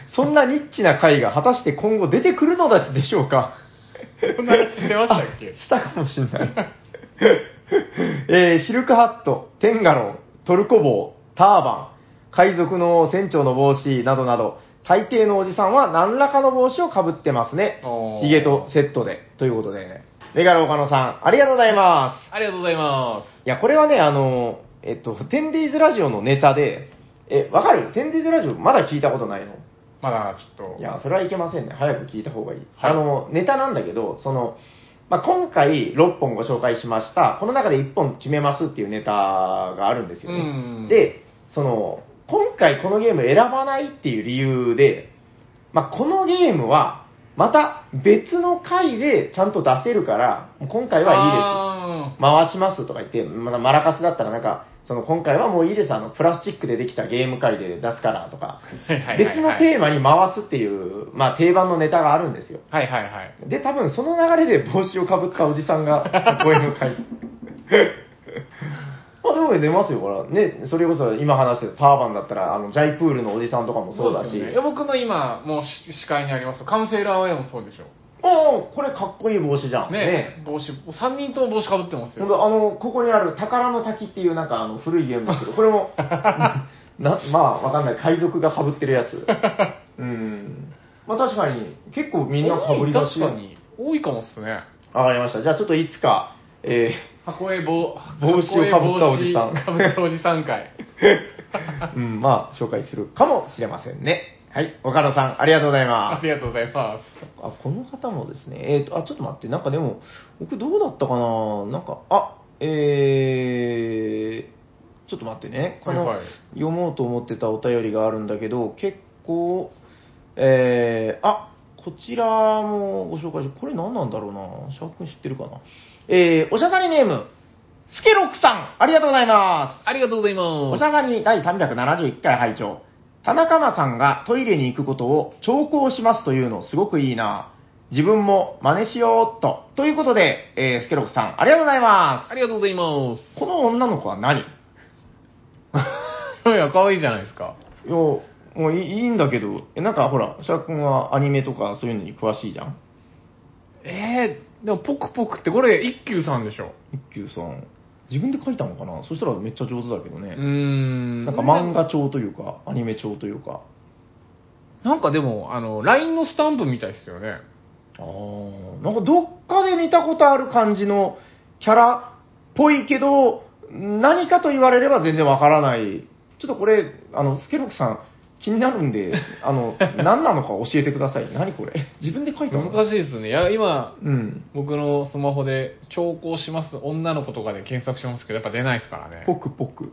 S2: (laughs) そんなニッチな会が果たして今後出てくるのでしょうか
S1: す。こんな話してましたっけ
S2: あしたかもしれない。 (laughs) えーシルクハット、テンガロン、トルコ帽、ターバン、海賊の船長の帽子などなど、大抵のおじさんは何らかの帽子をかぶってますね
S1: お。ー
S2: ヒゲとセットで。ということで、メガロ岡野さん、ありがとうございま。
S1: (laughs) ありがとうございます
S2: いや、これはね、あの、えっと、テンデイズラジオのネタで、え、わかるテンデイズラジオまだ聞いたことないの
S1: す。まだちょっと。
S2: いや、それはいけませんね。早く聞いた方がいい。
S1: はい
S2: あの、ネタなんだけど、その、まあ、今回6本ご紹介しました。この中で1本決めますっていうネタがあるんですよ
S1: う
S2: ね
S1: ん。
S2: で、その、今回このゲーム選ばないっていう理由で、まあ、このゲームは、また別の回でちゃんと出せるから、今回はいいです。
S1: あ
S2: 回しますとか言って、まだマラカスだったらなんか、その今回はもういいです、あの、プラスチックでできたゲーム界で出すからとか
S1: はいはいはいは、い
S2: 別のテーマに回すっていう、まあ定番のネタがあるんですよ。
S1: ーはいはいはい。
S2: で、多分その流れで帽子をかぶったおじさんが、公演の会。 (laughs) まあでも出ますよ、ほら。ね、それこそ今話してたターバンだったら、あの、ジャイプールのおじさんとかもそうだし、
S1: ですよねいや僕の今、もうし視界にあります。カウンセイルアウェイもそうでしょ。
S2: ああ、これかっこいい帽子じゃん。
S1: ね帽子、3人とも帽子かぶってます
S2: ほん
S1: よ。
S2: とあの、ここにある宝の滝っていうなんかあの古いゲームですけど、こ
S1: (laughs)
S2: れも、なまあわかんない、海賊が被ってる
S1: (laughs)
S2: やつ。うん。まあ確かに、結構みんな被りだし。
S1: 確かに、多いかもっすね。
S2: わかりました。じゃあちょっといつか、え
S1: 箱絵帽
S2: 帽子をかぶったおじさん
S1: かぶったおじさん会。(laughs)
S2: ーうん、まあ紹介するかもしれませんね。はい、岡野さん、ありがとうござい
S1: あ
S2: ます。
S1: りがとうございます。
S2: あ、この方もですね、えっ、と、あ、ちょっと待って、なんかでも、僕どうだったかななんか、あ、えー、ちょっと待ってね、この、
S1: はいはい
S2: 読もうと思ってたお便りがあるんだけど、結構、えー、あ、こちらもご紹介しこれ何なんだろうなシャーク君知ってるかなえー、おしゃさりネーム、スケロックさん、ありがとうございます。
S1: ありがとうございま
S2: おし
S1: す。
S2: ゃがみ第371回拝聴田中間さんがトイレに行くことを調校しますというのすごくいいな自分も真似しようっと。ということで、えースケロクさん、ありがとうございま。
S1: ありがとうございます
S2: この女の子は何い
S1: す。いや、可愛いじゃないですか。
S2: や、もういいいいんだけど、えなんかほら、シャー君はアニメとかそういうのに詳しいじゃん
S1: えー、でもポクポクってこれ一休さんでしょ。
S2: 一休さん、自分で書いたのかなそしたらめっちゃ上手だけど
S1: うー
S2: ね。
S1: ん。
S2: なんか漫画調というか、アニメ調というか。
S1: なんかでも、あの、LINE のスタンプみたいですよね。
S2: ああ、なんかどっかで見たことある感じのキャラっぽいけど、何かと言われれば全然わからない。ちょっとこれ、あの、スケロクさん、気になるん (laughs) で、あの、何なのか教えてください。何これ自分で書いたの
S1: 難しいですね。いや、今、
S2: うん。
S1: 僕のスマホで、調校します女の子とかで検索しますけど、やっぱ出ないですからね。
S2: ポクポ (laughs) ク。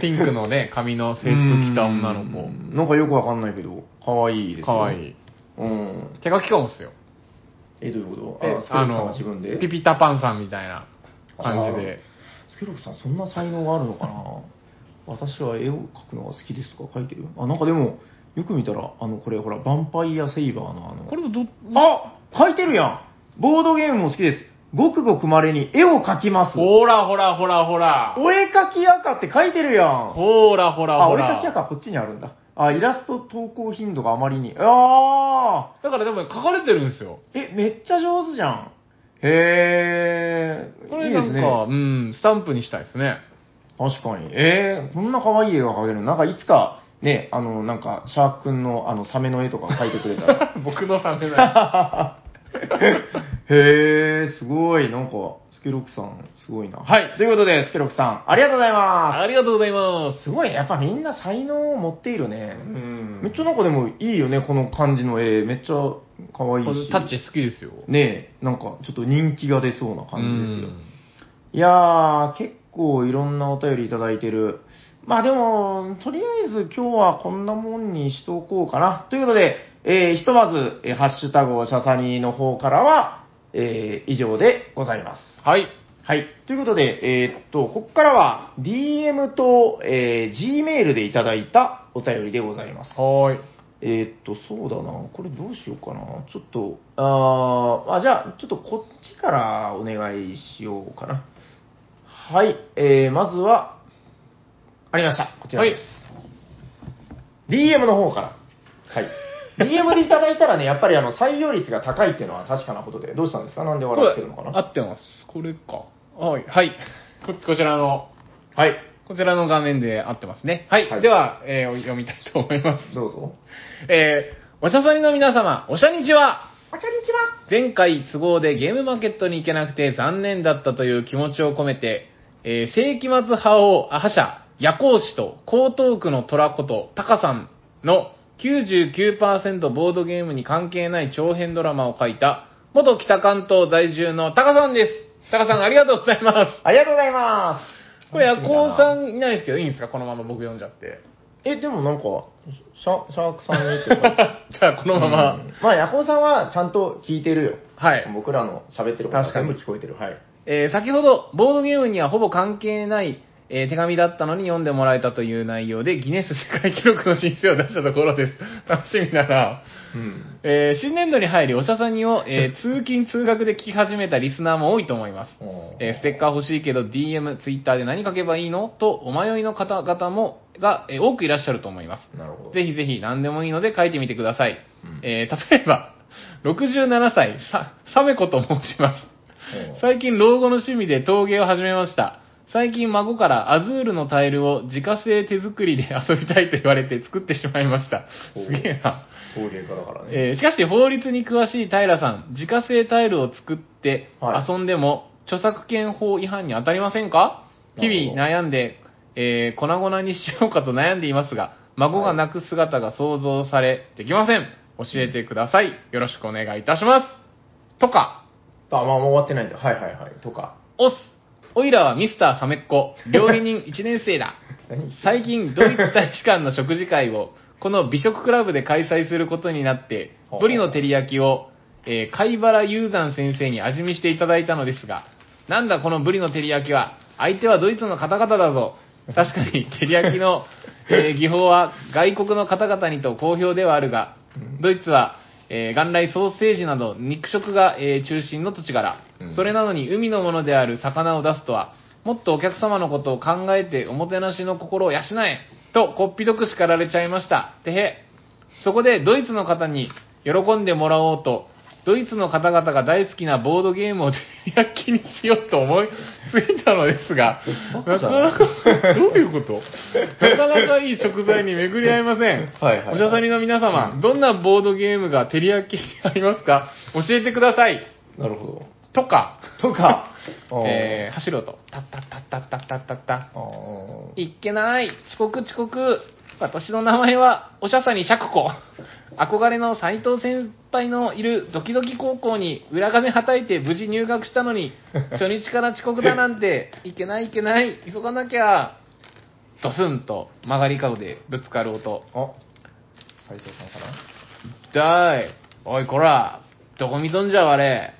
S1: ピンクのね、髪の制服着た女の
S2: う
S1: 子。
S2: んなんかよくわかんないけど、可愛いですよ。
S1: 可愛い。
S2: うん。
S1: 手書きかもっすよ。
S2: え、どういうこと
S1: で
S2: あ、スケロクさんが自分で
S1: ピピタパンさんみたいな感じで。
S2: スケロクさん、そんな才能があるのかな私は絵を描くのが好きですとか書いてるあ、なんかでも、よく見たら、あの、これほら、ヴァンパイアセイバーのあの、
S1: これもど、
S2: あ書いてるやんボードゲームも好きです。ごくごくまれに絵を描きます。
S1: ほらほらほらほら。
S2: お絵描き赤って書いてるやん
S1: ほらほら
S2: あ、
S1: ほ
S2: お絵
S1: ら。
S2: 描き赤こっちにあるんだ。あ、イラスト投稿頻度があまりに。ああ
S1: だからでも書かれてるんですよ。
S2: え、めっちゃ上手じゃん。へ
S1: こ
S2: え、
S1: れ
S2: いい
S1: な
S2: で
S1: ん
S2: す
S1: か、
S2: ね。
S1: うん、スタンプにしたいですね。
S2: 確かに。ええこんな可愛い絵が描けるのなんかいつか、ね、あの、なんか、シャークくんの、あの、サメの絵とか描いてくれたら。
S1: 僕のサメだ。
S2: (laughs)
S1: (laughs)
S2: へえ、すごい。なんか、スケロクさん、すごいな。はい。ということで、スケロクさん、ありがとうございま。
S1: ありがとうございます
S2: すごいね。やっぱみんな才能を持っているね。
S1: す。うん
S2: めっちゃなんかでもいいよね、この感じの絵。めっちゃ可愛いし。
S1: タッチ好きですよ。
S2: ねえ、なんか、ちょっと人気が出そうな感じですよ。
S1: うん
S2: いやー、結構いろんなお便りいただいてる。まあでも、とりあえず今日はこんなもんにしておこうかな。ということで、えー、ひとまず、えーハッシュタグをシャサニーの方からは、えー、以上でございます。
S1: はい。
S2: はい。ということで、えーっと、ここからは DM と、えー、Gmail でいただいたお便りでございます。
S1: はーい。
S2: えーっと、そうだな。これどうしようかな。ちょっと、あーあ、じゃあ、ちょっとこっちからお願いしようかな。はい。えー、まずは、ありました。こちらです。DM の方から。はい。DM でいただいたらね、やっぱりあの採用率が高いっていうのは確かなことで、どうしたんですかなんで
S1: こ
S2: 笑
S1: れ
S2: ってるのかな
S1: 合ってます。これか。はい。はい。ここちらの、
S2: はい。
S1: こちらの画面で合ってますね。はい。
S2: はい
S1: では、えーお読みたいと思います。
S2: どうぞ。
S1: えー、おしゃさりの皆様、おしゃにちは
S2: あ、こんにちは。
S1: 前回都合でゲームマーケットに行けなくて残念だったという気持ちを込めて、えー世紀末覇王、あ覇者、夜行士と江東区の虎ことタカさんの99%ボードゲームに関係ない長編ドラマを書いた、元北関東在住のタカさんです。タカさんありがとうございます。
S2: ありがとうございます。
S1: これ夜行さ
S2: ん。
S1: んいないですけど、いいんですかこのまま僕読んじゃ
S2: (laughs)
S1: って。
S2: え、でもなんか、シャシャークさんにとか。
S1: じゃあこのまま。
S2: うんまあ、ヤコウさんはちゃんと聞いてるよ。
S1: はい。
S2: 僕らの喋ってること
S1: 確かに
S2: 全部聞こえてる。はい。
S1: えー先ほど、ボードゲームにはほぼ関係ない、えー手紙だったのに読んでもらえたという内容で、ギネス世界記録の申請を出したところです。 (laughs) 楽しみだな。
S2: うん。
S1: えー新年度に入り、おしゃさにを、え
S2: (laughs)
S1: ー通勤・通学で聞き始めたリスナーも多いと思います。えーステッカー欲しいけど DM、Twitter で何書けばいいのとお迷いの方々も、が、えー多くいらっしゃると思います。
S2: なるほど。
S1: ぜひぜひ何でもいいので書いてみてください。
S2: うん
S1: えー例えば、67歳、さ、サメ子と申します
S2: う。ん
S1: 最近老後の趣味で陶芸を始めました。最近孫からアズールのタイルを自家製手作りで遊びたいと言われて作ってしまいました。
S2: おう
S1: すげえな。
S2: 陶芸家だからね。
S1: えーしかし法律に詳しい平さん、自家製タイルを作って
S2: はい
S1: 遊んでも、著作権法違反に当たりませんか
S2: なる
S1: 日
S2: ほど
S1: 々悩んで、えー粉々にしようかと悩んでいますが、孫が泣く姿が想像されできません。教えてください。よろしくお願いいたします。とか、
S2: あ、まあ、もう終わってないんだ。はいはいはい。とか。
S1: オス。オイラはミスターサメっ
S2: (laughs)
S1: 子、料理人1年生だ。
S2: 何
S1: 最近ドイツ大使館の食事会をこの美食クラブで開催することになって
S2: ほう
S1: ブリの照り焼きを、えー貝原雄山先生に味見していただいたのですがなんだこのブリの照り焼きは相手はドイツの方々だぞ確か
S2: (laughs)
S1: に照り焼きの、えー技法は外国の方々にと好評ではあるがドイツは、えー元来ソーセージなど肉食が、えー中心の土地柄、
S2: うん
S1: それなのに海のものである魚を出すとは、もっとお客様のことを考えておもてなしの心を養えとこっぴどく叱られちゃいました。てへ。そこでドイツの方に喜んでもらおうと、ドイツの方々が大好きなボードゲームを手焼きにしようと思いついたのですが、なかなか、どういうことなかなかいい食材に巡り合いません。
S2: はいはいはい
S1: おしゃさりの皆様、どんなボードゲームが照り焼きにありますか教えてください。
S2: なるほ
S1: とか、
S2: ど。と (laughs) か、
S1: えー、走ろうと。タッタッタッタッタッタッタッタ。
S2: ー、あー
S1: いっけない。遅刻遅刻。私の名前は、おしゃさにしゃくこ。憧れの斉藤先輩のいるドキドキ高校に裏金はたいて無事入学したのに、初日から遅刻だなんて、いけないいけない。急がなきゃ。ドスンと曲がり角でぶつかる音。
S2: あ、斉藤さんかな
S1: だいおいこらどこ見とんじゃわれ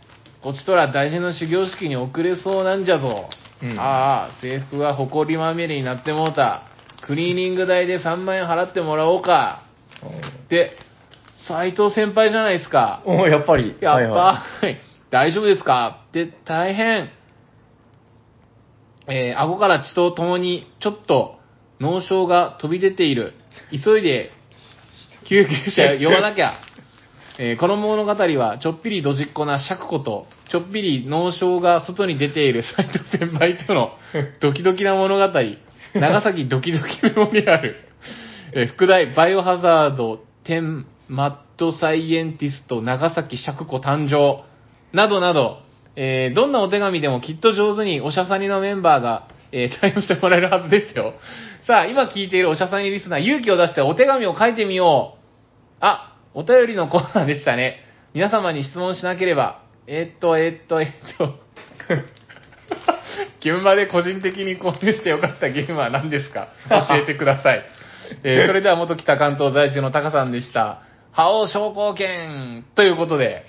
S1: こっちとら大事な修行式に遅れそうなんじゃぞ、
S2: うん
S1: ああ制服は埃まみれになってもうたクリーニング代で3万円払ってもらおうかで斎藤先輩じゃないですか
S2: おーおーやっぱり。
S1: やっぱ、
S2: はいは
S1: (laughs) 大丈夫ですかで大変えー、顎から血とともにちょっと脳症が飛び出ている急いで救急車呼ばなきゃ、えーこの物語はちょっぴりドジっ子なシャクコとちょっぴり脳症が外に出ている斎藤先輩とのドキドキな物語長崎ドキドキメモリアル、えー副題バイオハザード10マッドサイエンティスト長崎シャクコ誕生などなど、えーどんなお手紙でもきっと上手におしゃさにのメンバーが、えー対応してもらえるはずですよ。さあ、今聞いているおしゃさにリスナー、勇気を出してお手紙を書いてみよう。あ、お便りのコーナーでしたね。皆様に質問しなければ、えーっと、えーっと、えーっと。 (laughs) 現場で個人的に購入してよかったゲームは何ですか教えてください。えーそれでは元北関東在住のタカさんでした。覇王昇降券ということで。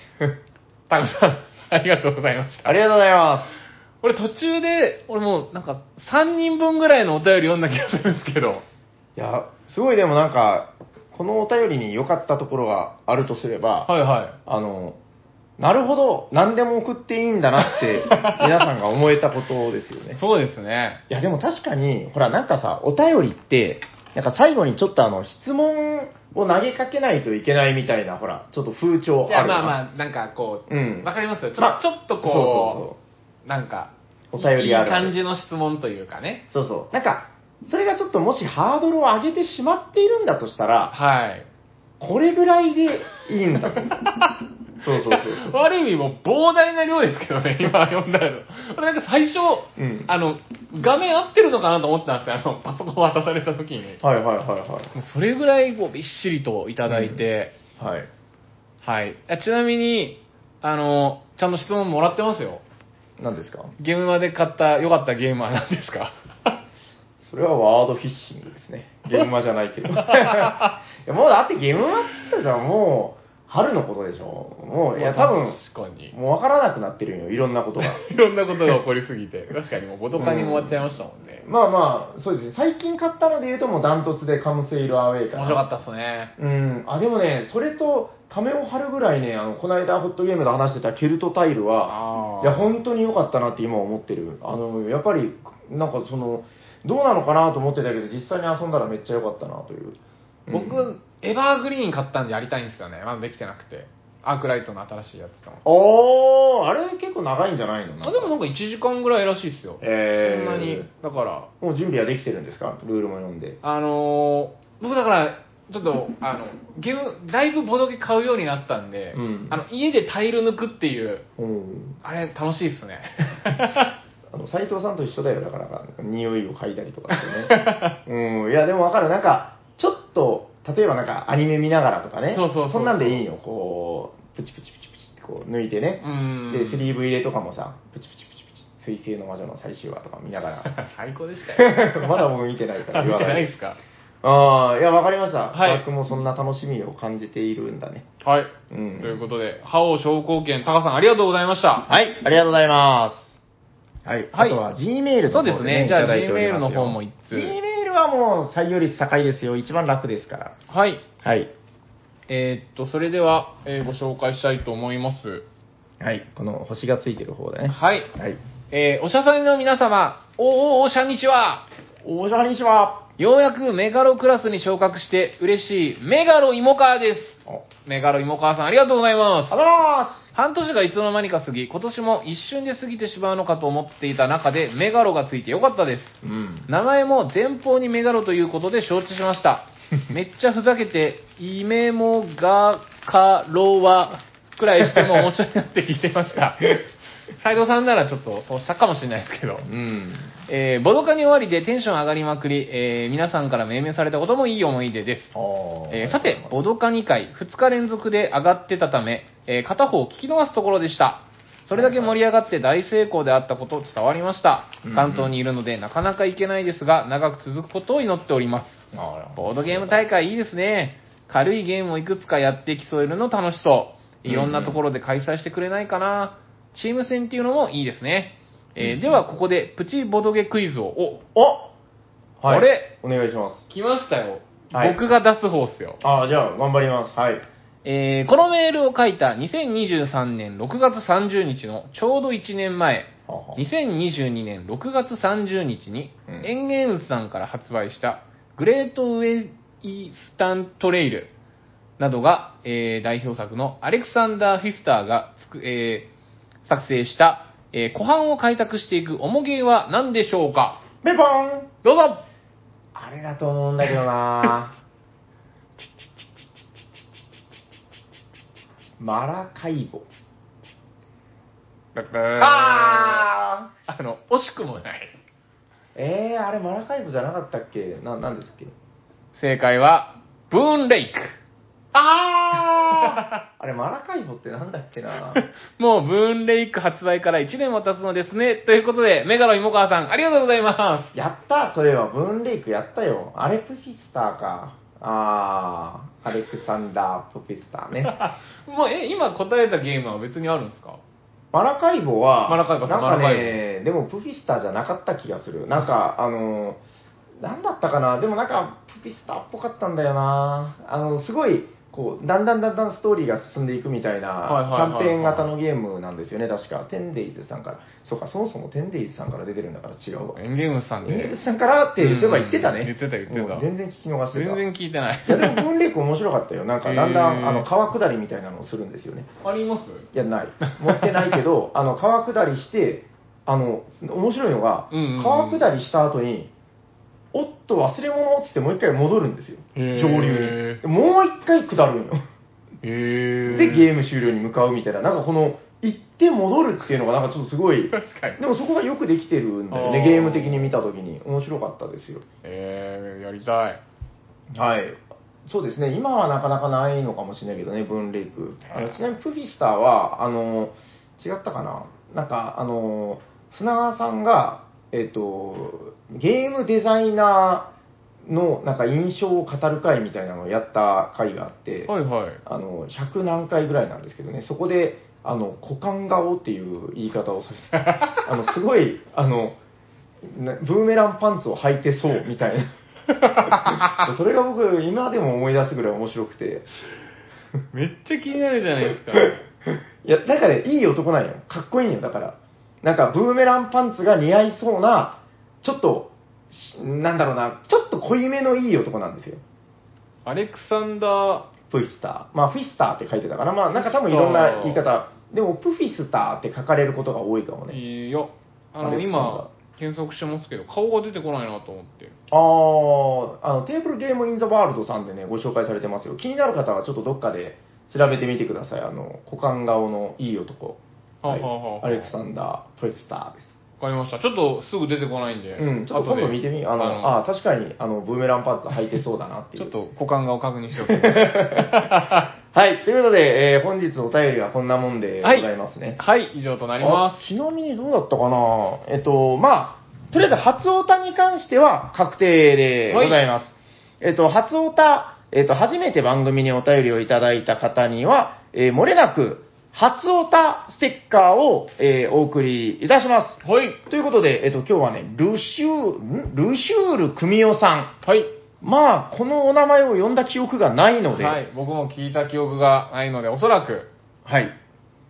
S1: タカさん、ありがとうございました。
S2: ありがとうございま
S1: 俺途中で、俺もうなんか3人分ぐらいのお便り読んだ気がするんですけど。
S2: す。いや、すごいでもなんか、このお便りに良かったところがあるとすれば、
S1: はいは
S2: あの、なるほど、何でも送っていいんだな
S1: (laughs)
S2: って、皆さんが思えたことですよね
S1: い。。そうですね。
S2: いや、でも確かに、ほら、なんかさ、お便りって、なんか最後にちょっとあの、質問を投げかけないといけないみたいな、ほら、ちょっと風潮ある
S1: いや、
S2: よな
S1: まあまあ、なんかこう、
S2: うん
S1: わかりますよ。ちょ,、
S2: まあ
S1: ちょっとこう、
S2: そう
S1: なんか、
S2: お便りある
S1: いい感じの質問というかね。
S2: そうそうそう。そうなんか、それがちょっともしハードルを上げてしまっているんだとしたら、
S1: はい。
S2: これぐらいでいい
S1: (laughs)
S2: んだと。そうそうそう。
S1: ある意味もう膨大な量ですけどね、 (laughs) 今読んだの。俺なんか最初、
S2: うん
S1: あの、画面合ってるのかなと思ったんですよ、あの、パソコン渡された時に。
S2: はいはいはい
S1: もうそれぐらいこうびっしりといただいて、
S2: はい。
S1: は
S2: はい。
S1: い。あちなみに、あの、ちゃんと質問もらってますよ。
S2: 何ですか
S1: ゲームまで買った良かったゲームは何ですか
S2: それはワードフィッシングですね。ゲームマじゃないけ (laughs) ど。いやもうだってゲームマって言ったらもう、春のことでしょ。もう、いや多分、
S1: 確かに。
S2: もう分からなくなってるんよ、いろんなことが。
S1: (laughs) いろんなことが起こりすぎて。確かにもう、ごとかにも終わっちゃいましたもんね。
S2: (laughs) まあまあ、そうですね。最近買ったので言うともうダントツでカムセイルアウェイかな。
S1: 面白かったっすね。
S2: うん。あ、でもね、それと、ためを張るぐらいね、あの、この間ホットゲームで話してたケルトタイル
S1: あ
S2: は、いや、本当に良かったなって今思ってる。あの、やっぱり、なんかその、どうなのかなと思ってたけど、実際に遊んだらめっちゃ良かったなという。うん
S1: 僕、エバーグリーン買ったんでやりたいんですよね。まだできてなくて。アークライトの新しいやつとも。
S2: おー、あれ結構長いんじゃないのなんか
S1: あでもなんか1時間ぐらいらしいっすよ。
S2: えー、
S1: そんなに。だから、
S2: もう準備はできてるんですかルールも読んで。
S1: あのー僕だから、ちょっと、あの、ゲーム、だいぶボドゲ買うようになったんで、
S2: うん
S1: あの、家でタイル抜くっていう、
S2: うん。
S1: あれ楽しいっ (laughs) すね。
S2: あの、斎藤さんと一緒だよ、だから、なんか匂いを嗅いだりと
S1: (laughs)
S2: かってね。うん、いや、でもわかる。なんか、ちょっと、例えばなんか、アニメ見ながらとかね。
S1: そうそうそうそうん
S2: なんでいいよ。こう、プチプチプチプチってこう、抜いてね
S1: う。ん。
S2: で、スリーブ入れとかもさ、プチプチプチプチ、水星の魔女の最終話とか見なが
S1: (laughs)
S2: ら。
S1: 最高でしたよ。
S2: まだ僕見てないから
S1: あ見
S2: 言わ
S1: て
S2: な
S1: ないい。ですか
S2: ああ、いや、わかりました。
S1: はい
S2: 僕もそんな楽しみを感じているんだね。
S1: はい。
S2: うん
S1: ということで、覇王昇降券、タカさんありがとうございました。
S2: はい、ありがとうございます。はい、
S1: はい
S2: あとは G メールの方
S1: そうですねじゃあ
S2: いただいておりますよ
S1: Gmail の方も一通
S2: G メールはもう採用率高いですよ。一番楽ですから。
S1: はい。
S2: はい。
S1: ええーっと、それでは、えーご紹介したいと思います。
S2: はい、この星がついてる方だね。
S1: はい。
S2: はい。
S1: えーおしゃさんの皆様、おーおーおしゃんにちは。
S2: おじゃにしま
S1: ようやくメガロクラスに昇格して嬉しいメガロイモカーです。
S2: お、
S1: メガロイモカーさんありがとうございます。
S2: あざま
S1: 半年がいつの間にか過ぎ、今年も一瞬で過ぎてしまうのかと思っていた中で、メガロがついてよかったです。
S2: ーすうん。
S1: 名前も前方にメガロということで承知しました。めっちゃふざけて、イメモガカロワくらいしても面白いなって聞いてました。斉藤さんならちょっとそうしたかもしれないですけど。
S2: うん。
S1: えーボドカに終わりでテンション上がりまくり、えー皆さんから命名されたこともいい思い出です。
S2: あ
S1: えーさて、ボドカ2回、2日連続で上がってたため、えー片方を聞き逃すところでした。それだけ盛り上がって大成功であったこと伝わりました
S2: うんうん。
S1: 関東にいるのでなかなか行けないですが、長く続くことを祈っております。
S2: あ
S1: ボードゲーム大会いいですね。軽いゲームをいくつかやって競えるの楽しそう。いろんなところで開催してくれないかな。チーム戦っていうのもいいですね。えーでは、ここでプチボドゲクイズを。お、
S2: おはい。
S1: あれ
S2: お願いします。
S1: 来ましたよ。
S2: はい
S1: 僕が出す方っすよ。
S2: ああ、じゃあ、頑張ります。はい。
S1: えーこのメールを書いた2023年6月30日のちょうど1年前、
S2: はは
S1: 2022年6月30日に
S2: うん、
S1: エンゲンウスさんから発売した、グレートウェイスタントレイルなどが、えー代表作のアレクサンダー・フィスターがつく、えー作成した、えー湖畔を開拓していくおもげは何でしょうか
S2: ベポン
S1: どうぞ
S2: あれだと思うんだけどなマラカイボ。あ
S1: あの、惜しくもない。
S2: ーえー、あれマラカイボじゃなかったっけな、なんですっけ
S1: 正解は、ブーンレイク。
S2: あああれマラカイボってなんだっけな
S1: (laughs) もう、ブーンレイク発売から1年も経つのですね。ということで、メガロイモカワさん、ありがとうございま
S2: やったそれは、ブーンレイクやったよ。アレプフィスターか。ああ、アレクサンダー・プフィスターね。
S1: す。もう、え、今答えたゲームは別にあるんですか
S2: マラカイボは、
S1: マラカイボ
S2: なんか
S1: マラカ
S2: ね、でもプフィスターじゃなかった気がする。なんか、あの、なんだったかな、でもなんか、プフィスターっぽかったんだよな。あの、すごい、こう、だんだんだんだんストーリーが進んでいくみたい
S1: はいはいはい
S2: な、キャンペーン型のゲームなんですよね、確か。テンデイズさんから。そうか、そもそもテンデイズさんから出てるんだから違うわ。
S1: エンゲームさん
S2: テンデイ
S1: で
S2: ズ。さんからって、そういえば言ってたね。
S1: うん言ってた言ってた
S2: うん全然聞き逃してた。
S1: 全然聞いてない (laughs)
S2: い。やでも、文レイク面白かったよ。なんか、だんだ
S1: へ
S2: ん、
S1: ー
S2: あの、川下りみたいなのをするんですよね。
S1: あります
S2: いや、ない。持ってないけ
S1: (laughs)
S2: ど、あの、川下りして、あの、面白いのが、
S1: うんうんうん
S2: 川下りした後に、おっと、忘れ物っつってもう一回戻るんですよ。
S1: へー
S2: 上流にで。もう一回下るんよ。
S1: へー
S2: で、ゲ
S1: ー
S2: ーム終了に向かうみたいな、なんかこの、行って戻るっていうのがなんかちょっとすごい、
S1: 確かに。
S2: でもそこがよくできてるんだよ
S1: あ
S2: ね、
S1: ー
S2: ゲーム的に見たときに。面白かったですよ。
S1: えー、やりたい。
S2: はい。そうですね、今はなかなかないのかもしれないけどね、ブーンレイク。あ
S1: は
S2: の
S1: い
S2: ちなみにプフィスターは、あの、違ったかななんか、あの、砂川さんが、えっ、と、ゲームデザイナーの、なんか印象を語る会みたいなのをやった会があって、
S1: はいはい。
S2: あの、100何回ぐらいなんですけどね、そこで、あの、股間顔っていう言い方をされて、あの、すごい、あの、なブーメランパンツを履いてそうみたいな。それが僕、今でも思い出すぐらい面白くて。
S1: めっちゃ気になるじゃないですか。
S2: いや、だからいい男なんよ。かっこいいんよ、だから。なんか、ブーメランパンツが似合いそうな、ちょっと、しなんだろうな、ちょっと濃いめのいい男なんですよ。
S1: (laughs) アレクサンダ
S2: プフィスター。まあ、フィスターって書いてたから、まあ、なんか多分いろんな言い方。でも、プフィスターって書かれることが多いかも
S1: ー、
S2: ね。
S1: いや、あ
S2: ア
S1: の、
S2: レクサンダー
S1: 今、検索してますけど、顔が出てこないなと思って。
S2: あーあの、テーブルゲームインザワールドさんでね、ご紹介されてますよ。気になる方はちょっとどっかで調べてみてください。あの、股間顔のいい男。
S1: はあ
S2: い
S1: はあはあ
S2: アレクサンダー・プフィスターです。
S1: わかりました。ちょっとすぐ出てこないんで。
S2: うん、ちょっと今度見てみ、あの、ああー確かに、あの、ブーメランパンツ履いてそうだなってい
S1: ち
S2: う。
S1: ょっと股間顔確認しておきます。
S2: はい、ということで、えー本日のお便り (laughs) はこんなもんでございますね。
S1: はい、以上となりま
S2: あちなみにどうだったかなえっと、まあ、とりあえず初オタに関しては確定でございます。えっと、初オタ、えっと、初めて番組にお便りをいただいた方には、えー、漏れなく、初オタステッカーを、えーお送りいたします。
S1: す。はい。
S2: ということで、えっと、今日はね、ルシュール、ルシュール組みおさん。
S1: はい。
S2: まあ、このお名前を呼んだ記憶がないので、
S1: はい、僕も聞いた記憶がないので、おそらく、
S2: はい。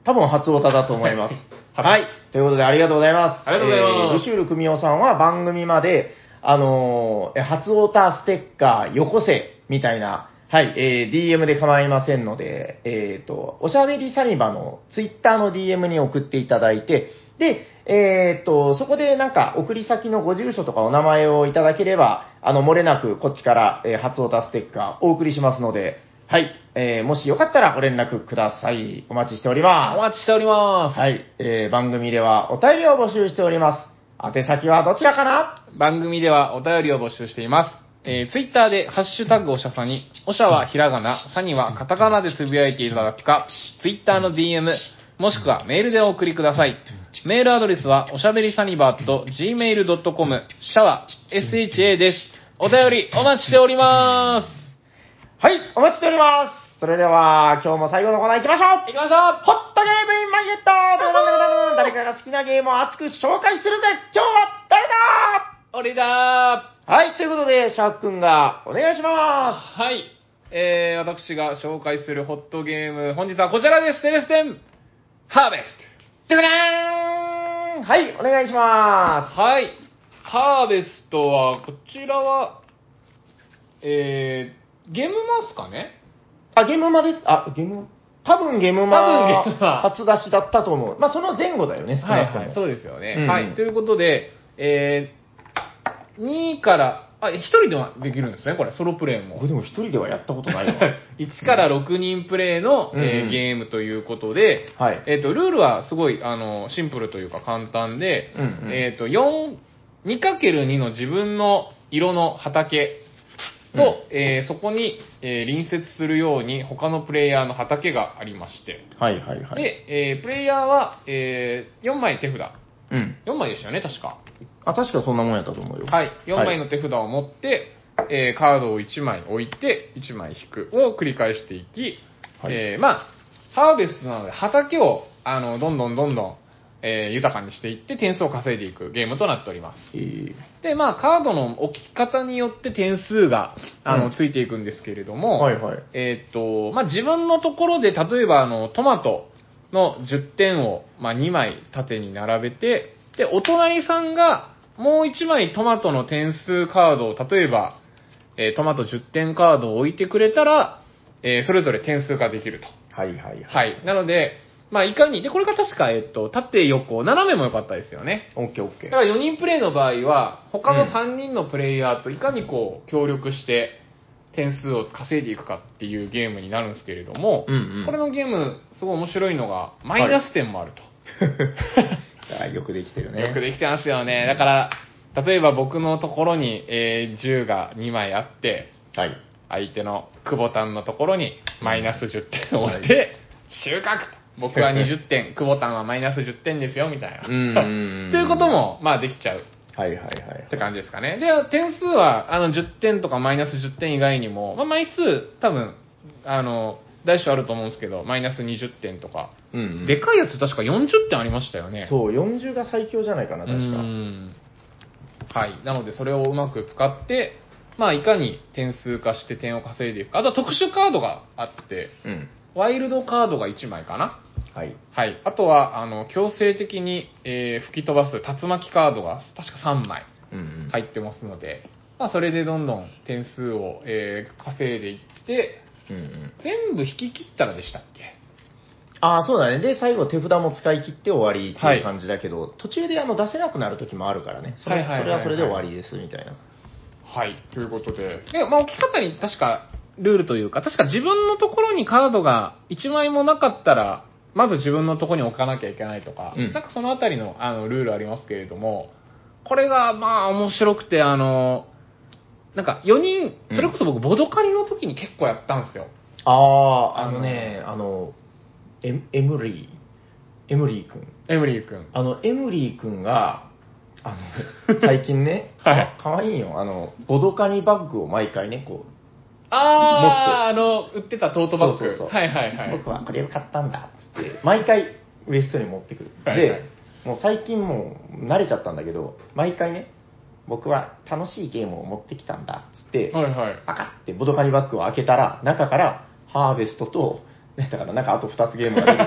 S2: 多分初オタだと思います。
S1: (laughs) はい
S2: はい。ということで、ありがとうございます。
S1: ありがとうございます
S2: えールシュール組夫さんは番組まで、あのーえ初オタステッカーよこせ、みたいな、はい、えー DM で構いませんので、えっ、と、おしゃべりサニバのツイッターの DM に送っていただいて、で、えっ、と、そこでなんか、送り先のご住所とかお名前をいただければ、あの、漏れなくこっちから、えー初オタステッカーお送りしますので、はい、えーもしよかったらご連絡ください。お待ちしております
S1: お。待ちしております。
S2: (laughs) はい、えー、番組ではお便りを募集しております。宛先はどちらかな
S1: 番組ではお便りを募集しています。えー、ツイッターでハッシュタグおしゃさに、おしゃはひらがな、さにはカタカナでつぶやいていただくか、ツイッターの DM、もしくはメールでお送りください。メールアドレスは、おしゃべりサニバーと gmail.com、シャワー、sha です。お便りお待ちしております。
S2: はい、お待ちしております。それでは、今日も最後のコーナー行きましょ
S1: 行
S2: う
S1: きましょ
S2: ホットゲームインマーケット誰かが好きなゲームを熱く紹介するぜ今日は誰だ
S1: う俺だ
S2: はい、ということで、シャークくんがお願いし
S1: ー
S2: ま
S1: はい。えー、私が紹介するホットゲーム、本日はこちらです。セレステン、ハーベスト。
S2: すてくれーんはい、お願いしま
S1: はい。ハーベストは、こちらは、えー、ゲームマスかね
S2: す。あ、ゲームマです。あ、ゲーム、多分ゲームマ
S1: 多分ゲームマ
S2: 初出しだったと思う。まあ、その前後だよね、少なくとも。
S1: そうですよね。
S2: うんうん
S1: はい。ということで、えー、2から、あ、1人ではできるんですね、これ、ソロプレイも
S2: 僕。でも一人ではやったことな
S1: (laughs)
S2: いわ。
S1: 1から6人プレイの、
S2: うんう
S1: えー
S2: ん
S1: ゲームということで、
S2: はい。
S1: えっ、と、ルールはすごい、あの、シンプルというか簡単で、
S2: うんうん
S1: えっ、と、4、2×2 の自分の色の畑と、えーそこに、えー隣接するように他のプレイヤーの畑がありまして、
S2: はいはいはい。、
S1: で、えープレイヤーは、え4枚手札。
S2: うん。
S1: 4枚でしたよね、確か。
S2: あ、確かそんなもんやったと思うよ。
S1: はい。4枚の手札を持って、えーカードを1枚置いて、1枚引くを繰り返していき、
S2: はい
S1: えーまあ、ハーベストなので畑を、あの、どんどんどんどん、えー豊かにしていって点数を稼いでいくゲームとなっております。
S2: えー
S1: で、まあ、カードの置き方によって点数が、あの、
S2: うん
S1: ついていくんですけれども、
S2: はいはい。
S1: えーっと、まあ、自分のところで、例えば、あの、トマトの10点を、まあ、2枚縦に並べて、で、お隣さんが、もう1枚トマトの点数カードを、例えば、えートマト10点カードを置いてくれたら、えーそれぞれ点数ができると。
S2: はいはいはい。
S1: はい。なので、まあ、いかに、で、これが確か、えーっと、縦横、斜めも良かったですよね。
S2: オッケーオッケ
S1: だ
S2: ー
S1: (laughs) か。ら4人プレイの場合は、他の
S2: うん
S1: 3人のプレイヤーといかにこう、協力して、点数を稼いでいくかっていうゲームになるんですけれども、
S2: うんうん
S1: これのゲーム、すごい面白いのが、マイナス点もあると。
S2: あよくできてるね。
S1: よくできてますよね。だから、例えば僕のところに、えー10が2枚あって、
S2: はい。
S1: 相手の久保田のところにマイナス10点を置いて、
S2: は
S1: 収穫と僕は20点、
S2: (laughs)
S1: 久保田はマイナス10点ですよ、みたいな。
S2: うんうんうん
S1: (laughs) ということも、まあできちゃう
S2: はいはいは
S1: って感じですかね。で、点数は、あの、10点とかマイナス10点以外にも、まあ、枚数、多分、あの、大小あると思うんですけど、マイナス20点とか。
S2: い。うんうん
S1: でかいやつ確か40点ありましたよね。う。
S2: そう、40が最強じゃないかな、確か。
S1: ん。はい。なので、それをうまく使って、まあ、いかに点数化して点を稼いでいくか。あとは特殊カードがあって、
S2: うん。
S1: ワイルドカードが1枚かな。
S2: はい。
S1: はい。あとは、あの、強制的に、えー吹き飛ばす竜巻カードが、確か3枚。
S2: うんうん。
S1: 入ってますので、まあ、それでどんどん点数を、えー稼いでいって、
S2: うんうん。
S1: 全部引き切ったらでしたっけ
S2: ああ、そうだね。で、最後手札も使い切って終わりって
S1: はいいう
S2: 感じだけど、途中であの出せなくなる時もあるからね。それ,、
S1: はいはいはいはい
S2: それはそれで終わりです、みたいな。
S1: はい、ということで。で、まあ、置き方に確かルールというか、確か自分のところにカードが1枚もなかったら、まず自分のところに置かなきゃいけないとか、
S2: うん
S1: なんかそのあたりのあのルールありますけれども、これがまあ面白くて、あの、なんか4人、それこそ僕、ボドカリの時に結構やったんですよ。
S2: ああ、あのね、あの、エムエムリー、エムリー君。
S1: エムリー君。
S2: あの、エムリー君が、あの、最近ね、
S1: (laughs) はい
S2: かわいいよ。あの、ボドカニバッグを毎回ね、こう、
S1: ああ、あの、売ってたトートバッグ。
S2: そうそうそう
S1: はいはいはい。
S2: 僕はこれを買ったんだ、つって、毎回ウエストに持ってくる。
S1: はいはい
S2: で、もう最近もう慣れちゃったんだけど、毎回ね、僕は楽しいゲームを持ってきたんだ、つって、
S1: はいはい。
S2: パカってボドカニバッグを開けたら、中からハーベストと、ねだからなんかあと2つゲーム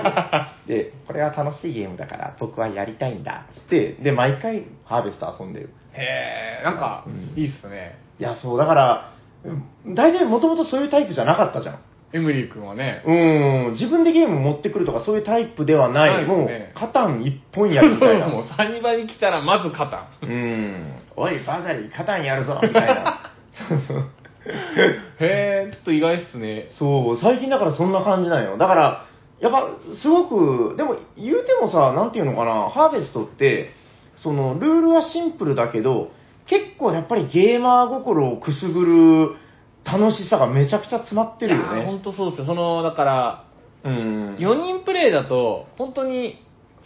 S1: (laughs)
S2: が出てくる。で、これは楽しいゲームだから僕はやりたいんだ、つって、で、毎回ハーベスト遊んでる。
S1: へえ、なんか
S2: うん、
S1: いいっすね。
S2: いや、そう、だから、うん大体もともとそういうタイプじゃなかったじゃん。
S1: エムリー君はね、
S2: うん、自分でゲーム持ってくるとかそういうタイプではない。
S1: ないです
S2: も
S1: ね
S2: う、カタン一
S1: (laughs)
S2: 本
S1: そ
S2: や
S1: う
S2: りみたいな。
S1: もうサニバに来たらまず勝たん。
S2: うん、おい、バザリー、カタンやるぞ、みたい
S1: (laughs)
S2: な。そうそう。
S1: へえ、ちょっと意外っすね。
S2: そう、最近だからそんな感じなんよ。だから、やっぱ、すごく、でも、言うてもさ、なんていうのかな、ハーベストって、その、ルールはシンプルだけど、結構やっぱりゲーマー心をくすぐる楽しさがめちゃくちゃ詰まってるよ
S1: いやーほ
S2: ね。
S1: んとそうですよ。その、だから、
S2: うん。
S1: 4人プレイだと、本当に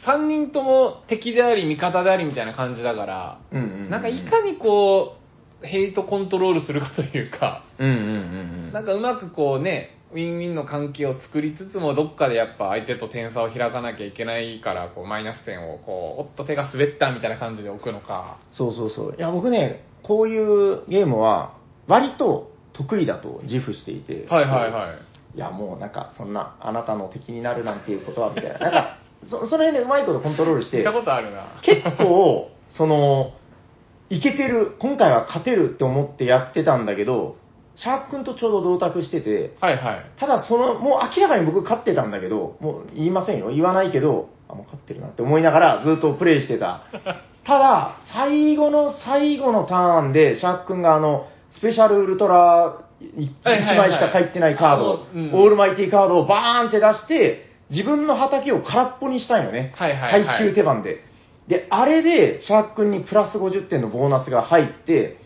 S1: 3人とも敵であり味方でありみたいな感じだから、
S2: うんうんうん
S1: なんかいかにこう、ヘイトコントロールするかというか、
S2: うんうんうんうん。
S1: なんかうまくこうね、ウィンウィンの関係を作りつつも、どっかでやっぱ相手と点差を開かなきゃいけないから、こうマイナス点をこう、おっと手が滑ったみたいな感じで置くのか。
S2: そうそうそう。いや、僕ね、こういうゲームは、割と得意だと自負していて。
S1: はいはいはい。
S2: いや、もうなんか、そんな、あなたの敵になるなんていうことは、みたいな。なん
S1: (laughs)
S2: か、そその辺でうまいことコントロールし
S1: 聞い
S2: て
S1: た、ことあるな。
S2: 結構、その、いけてる、今回は勝てるって思ってやってたんだけど、シャーク君とちょうど同卓してて、
S1: はいはい。
S2: ただその、もう明らかに僕勝ってたんだけど、もう言いませんよ、言わないけど、あ、もう勝ってるなって思いながらずっとプレイし
S1: (laughs)
S2: てた。ただ、最後の最後のターンで、シャーク君があの、スペシャルウルトラい1
S1: はいはいはい
S2: 枚しか入ってないカード、
S1: あのうん
S2: オールマイティーカードをバーンって出して、自分の畑を空っぽにしたんよね。
S1: はいはいはい
S2: 最終手番で。で、あれで、シャーク君にプラス50点のボーナスが入って、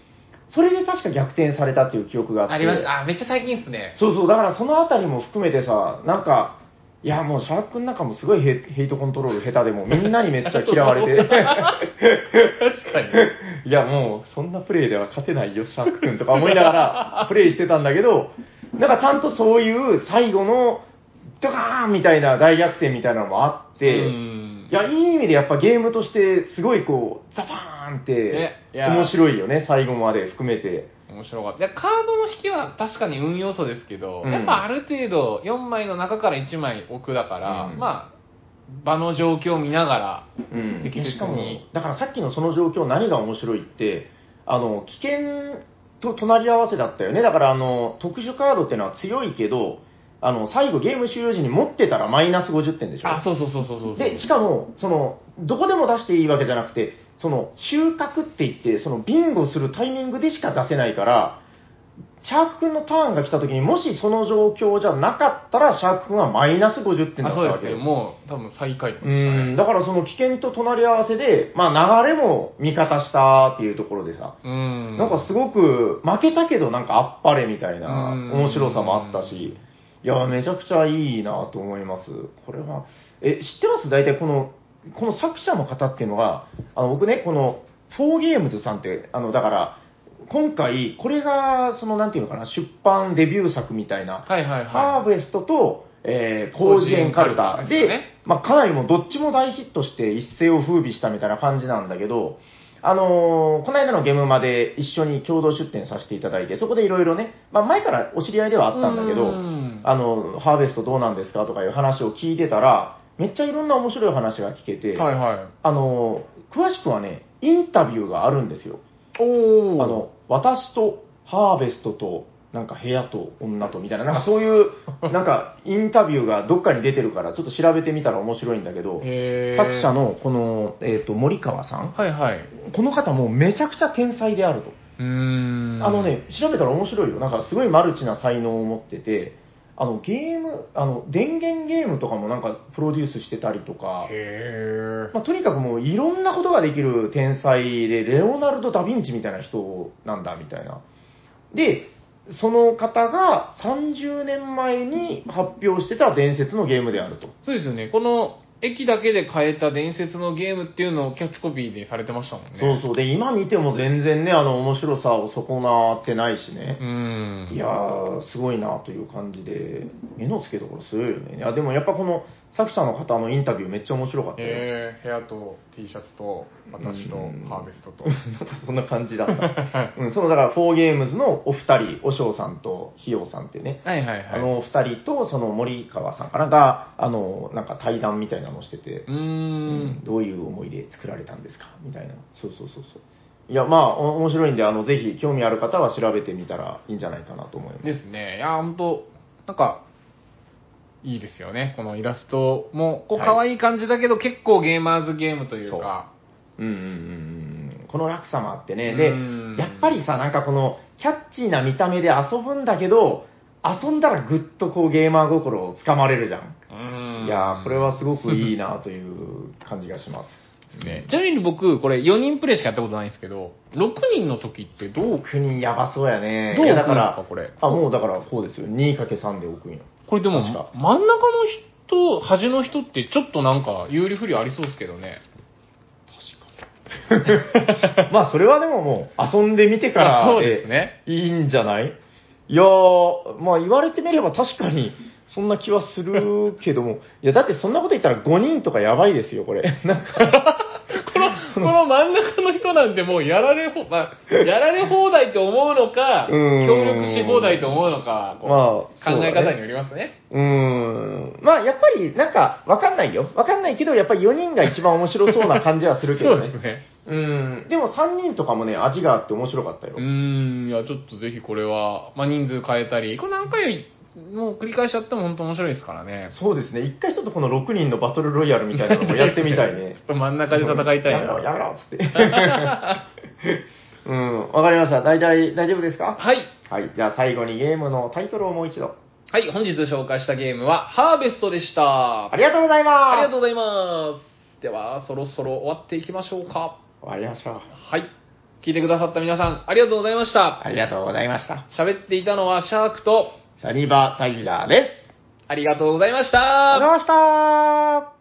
S2: それで確か逆転されたっていう記憶があって。
S1: ありました。あ、めっちゃ最近っすね。
S2: そうそう、だからそのあたりも含めてさ、なんか、いや、もうシャーク君なんかもすごいヘヘイトコントロール下手でも、みんなにめっちゃ嫌われて、
S1: (laughs) (laughs) 確かに。
S2: いや、もうそんなプレイでは勝てないよ、シャーク君とか思いながらプレイしてたんだけど、なんかちゃんとそういう最後のドカーンみたいな大逆転みたいなのもあって、
S1: うん
S2: いや、いい意味でやっぱゲームとしてすごいこう、ザバーンっ
S1: ね
S2: て
S1: いや
S2: 面白いよね、最後まで含めて。
S1: 面白かった。いやカードの引きは確かに運要素ですけど、
S2: うん
S1: やっぱある程度4枚の中から1枚置くだから、
S2: うん
S1: まあ、場の状況を見なが
S2: う
S1: で
S2: ん、
S1: きる
S2: しかも
S1: に
S2: だからさっきのその状況何が面白いってあの危険と隣り合わせだったよねだからあの特殊カードっていうのは強いけどあの最後ゲーム終了時に持ってたらマイナス50点でしょ
S1: ら、あ、そうそうそうそうそうそう。
S2: でしかもそのどこでも出していいわけじゃなくてその収穫って言ってそのビンゴするタイミングでしか出せないからシャーク君のターンが来た時にもしその状況じゃなかったらシャーク君はマイナス50点だ
S1: あ
S2: った
S1: そう
S2: わ
S1: で
S2: け
S1: すね。
S2: よ
S1: もう多分最下位でした
S2: うん、
S1: ね。
S2: だからその危険と隣り合わせで、まあ流れも味方したっていうところでさ、
S1: うん。
S2: なんかすごく負けたけどなんかあっぱれみたいな
S1: うん
S2: 面白さもあったし、いや、めちゃくちゃいいなと思います。これは、え、知ってます大体この、この作者の方っていうのが、あの僕ね、この、フォーゲームズさんって、あの、だから、今回、これが、その、なんていうのかな、出版デビュー作みたいな、
S1: はいはい
S2: ハ
S1: は
S2: ーベストと、えー、広辞苑カルタ
S1: 広辞苑カルタですよ
S2: で、
S1: ね
S2: まあ、かなりもうどっちも大ヒットして一世を風靡したみたいな感じなんだけど、あのーこの間のゲームまで一緒に共同出展させていただいて、そこでいろいろね、まあ、前からお知り合いで
S1: い。
S2: はあったんだけ
S1: う
S2: ど、
S1: ん
S2: あの、ハーベストどうなんですかとかいう話を聞いてたら、めっちゃいろんな面白い話が聞けて、
S1: はいはい。
S2: あのー詳しくはね、インタビューがあるんですよ。
S1: お
S2: あ、の、私とハーベストと、なんか部屋と女とみたいな、なんか
S1: (laughs)
S2: そういう、なんかインタビューがどっかに出てるから、ちょっと調べてみたら面白いんだけど、
S1: へー
S2: 作者。のこの、えっ、と、森川さん、
S1: はいはい。
S2: この方もうめちゃくちゃ天才であると。
S1: うーん。
S2: あのね、調べたら面白いよ。なんかすごいマルチな才能を持ってて、あの、ゲーム、あの、電源ゲームとかもなんかプロデュースしてたりとか、
S1: へー
S2: まあ、とにかくもういろんなことができる天才で、レオナルド・ダ・ヴィンチみたいな人なんだみたいな。で、その方が30年前に発表してた伝説のゲームであると。
S1: そうですよね。この、駅だけで変えた伝説のゲームっていうのをキャッチコピーでされてましたもんね。
S2: そうそう。で、今見ても全然ね、あの、面白さを損なってないしね。
S1: うん。
S2: いやー、すごいなという感じで、目の付けどころすごいよね。いや、でもやっぱこの作者の方のインタビューめっちゃ面白かったよ。
S3: えー、部屋と T シャツと私と
S2: うん
S3: ハーベスト
S2: (laughs)
S3: と。
S2: なんかそんな感じだ
S1: (laughs)
S2: った。うん、そのだから、フォーゲームズのお二人、おしょうさんとひようさんってね、
S1: はいはいはい。
S2: あのお二人とその森川さんからが、あの、なんか対談みたいなのをしてて
S1: う、ー
S2: うん
S1: ん。
S2: どういう思いで作られたんですかみたいな。そうそうそうそう。いや、まあ、お面白いんで、あの、ぜひ興味ある方は調べてみたらいいんじゃないかなと思います。
S1: ですね。いや、本当なんか、いいですよね。このイラストも、こう、
S2: はい
S1: 可愛い感じだけど、結構ゲーマーズゲームというか、
S2: うんうんうんうん。この落差もあってね。で
S1: うん、
S2: やっぱりさ、なんかこの、キャッチーな見た目で遊ぶんだけど、遊んだらぐっとこうゲーマー心をつかまれるじゃん。
S1: うーん
S2: いやー、これはすごくいいなという感じがします。
S1: ね、ちなみに僕、これ4人プレイしかやったことないんですけど、6人の時ってどう、
S2: 奥にやばそうやね。
S1: どう
S2: いや
S1: や
S2: だ
S1: った
S2: か、
S1: んですからこれ。
S2: あ、もうだからこうですよ。2×3 で置くんよ。
S1: これでも、真
S2: 確
S1: ん
S2: か
S1: 中の人、端の人ってちょっとなんか有利不利ありそうですけどね。
S2: (laughs) まあ、それはでももう、遊んでみてから
S1: あ (laughs) そうですね。
S2: いいんじゃないいやー、まあ言われてみれば確かに、そんな気はするけども、いや、だってそんなこと言ったら5人とかやばいですよ、これ。 (laughs) なんか、
S1: この、 (laughs) この真ん中の人なんてもうやられほ、まあ、やられ放題と思うのか、
S2: うーん
S1: 協力し放題と思うのか、こう
S2: まあそ
S1: 考
S2: うだ
S1: え
S2: ね
S1: 方によりますね。
S2: うーん。まあやっぱり、なんか、わかんないよ。わかんないけど、やっぱり4人が一番面白そうな感じはするけ
S1: そ
S2: ど
S1: う (laughs)
S2: ね。
S1: ですね。
S2: うん。でも3人とかもね、味があって面白かったよ
S1: う。ーん、いや、ちょっとぜひこれは、まあ、人数変えたり、これ何回もう繰り返しちゃっても本当面白いですからね。
S2: そうですね。一回ちょっとこの6人のバトルロイヤルみたいな
S1: (laughs)
S2: のもやってみたいね
S1: ちょ。っと真ん中で戦いたい
S2: やめろ、や
S1: な。
S2: めろっつって。 (laughs) うん、わかりました。大体、大丈夫ですか
S1: はい。
S2: はい、じゃあ最後にゲームのタイトルをもう一度。
S1: はい、本日紹介したゲームは、ハーベストでした。
S2: ありがとうございます
S1: ありがとうございます。では、そろそろ終わっていきましょうか。
S2: 終わりましょう。
S1: はい。聞いてくださった皆さん、ありがとうございました。
S2: ありがとうございました。
S1: 喋っていたのはシャークと、
S2: サニバタイラーです。
S1: ありがとうございまし
S2: あ
S1: た
S2: り。がとうございました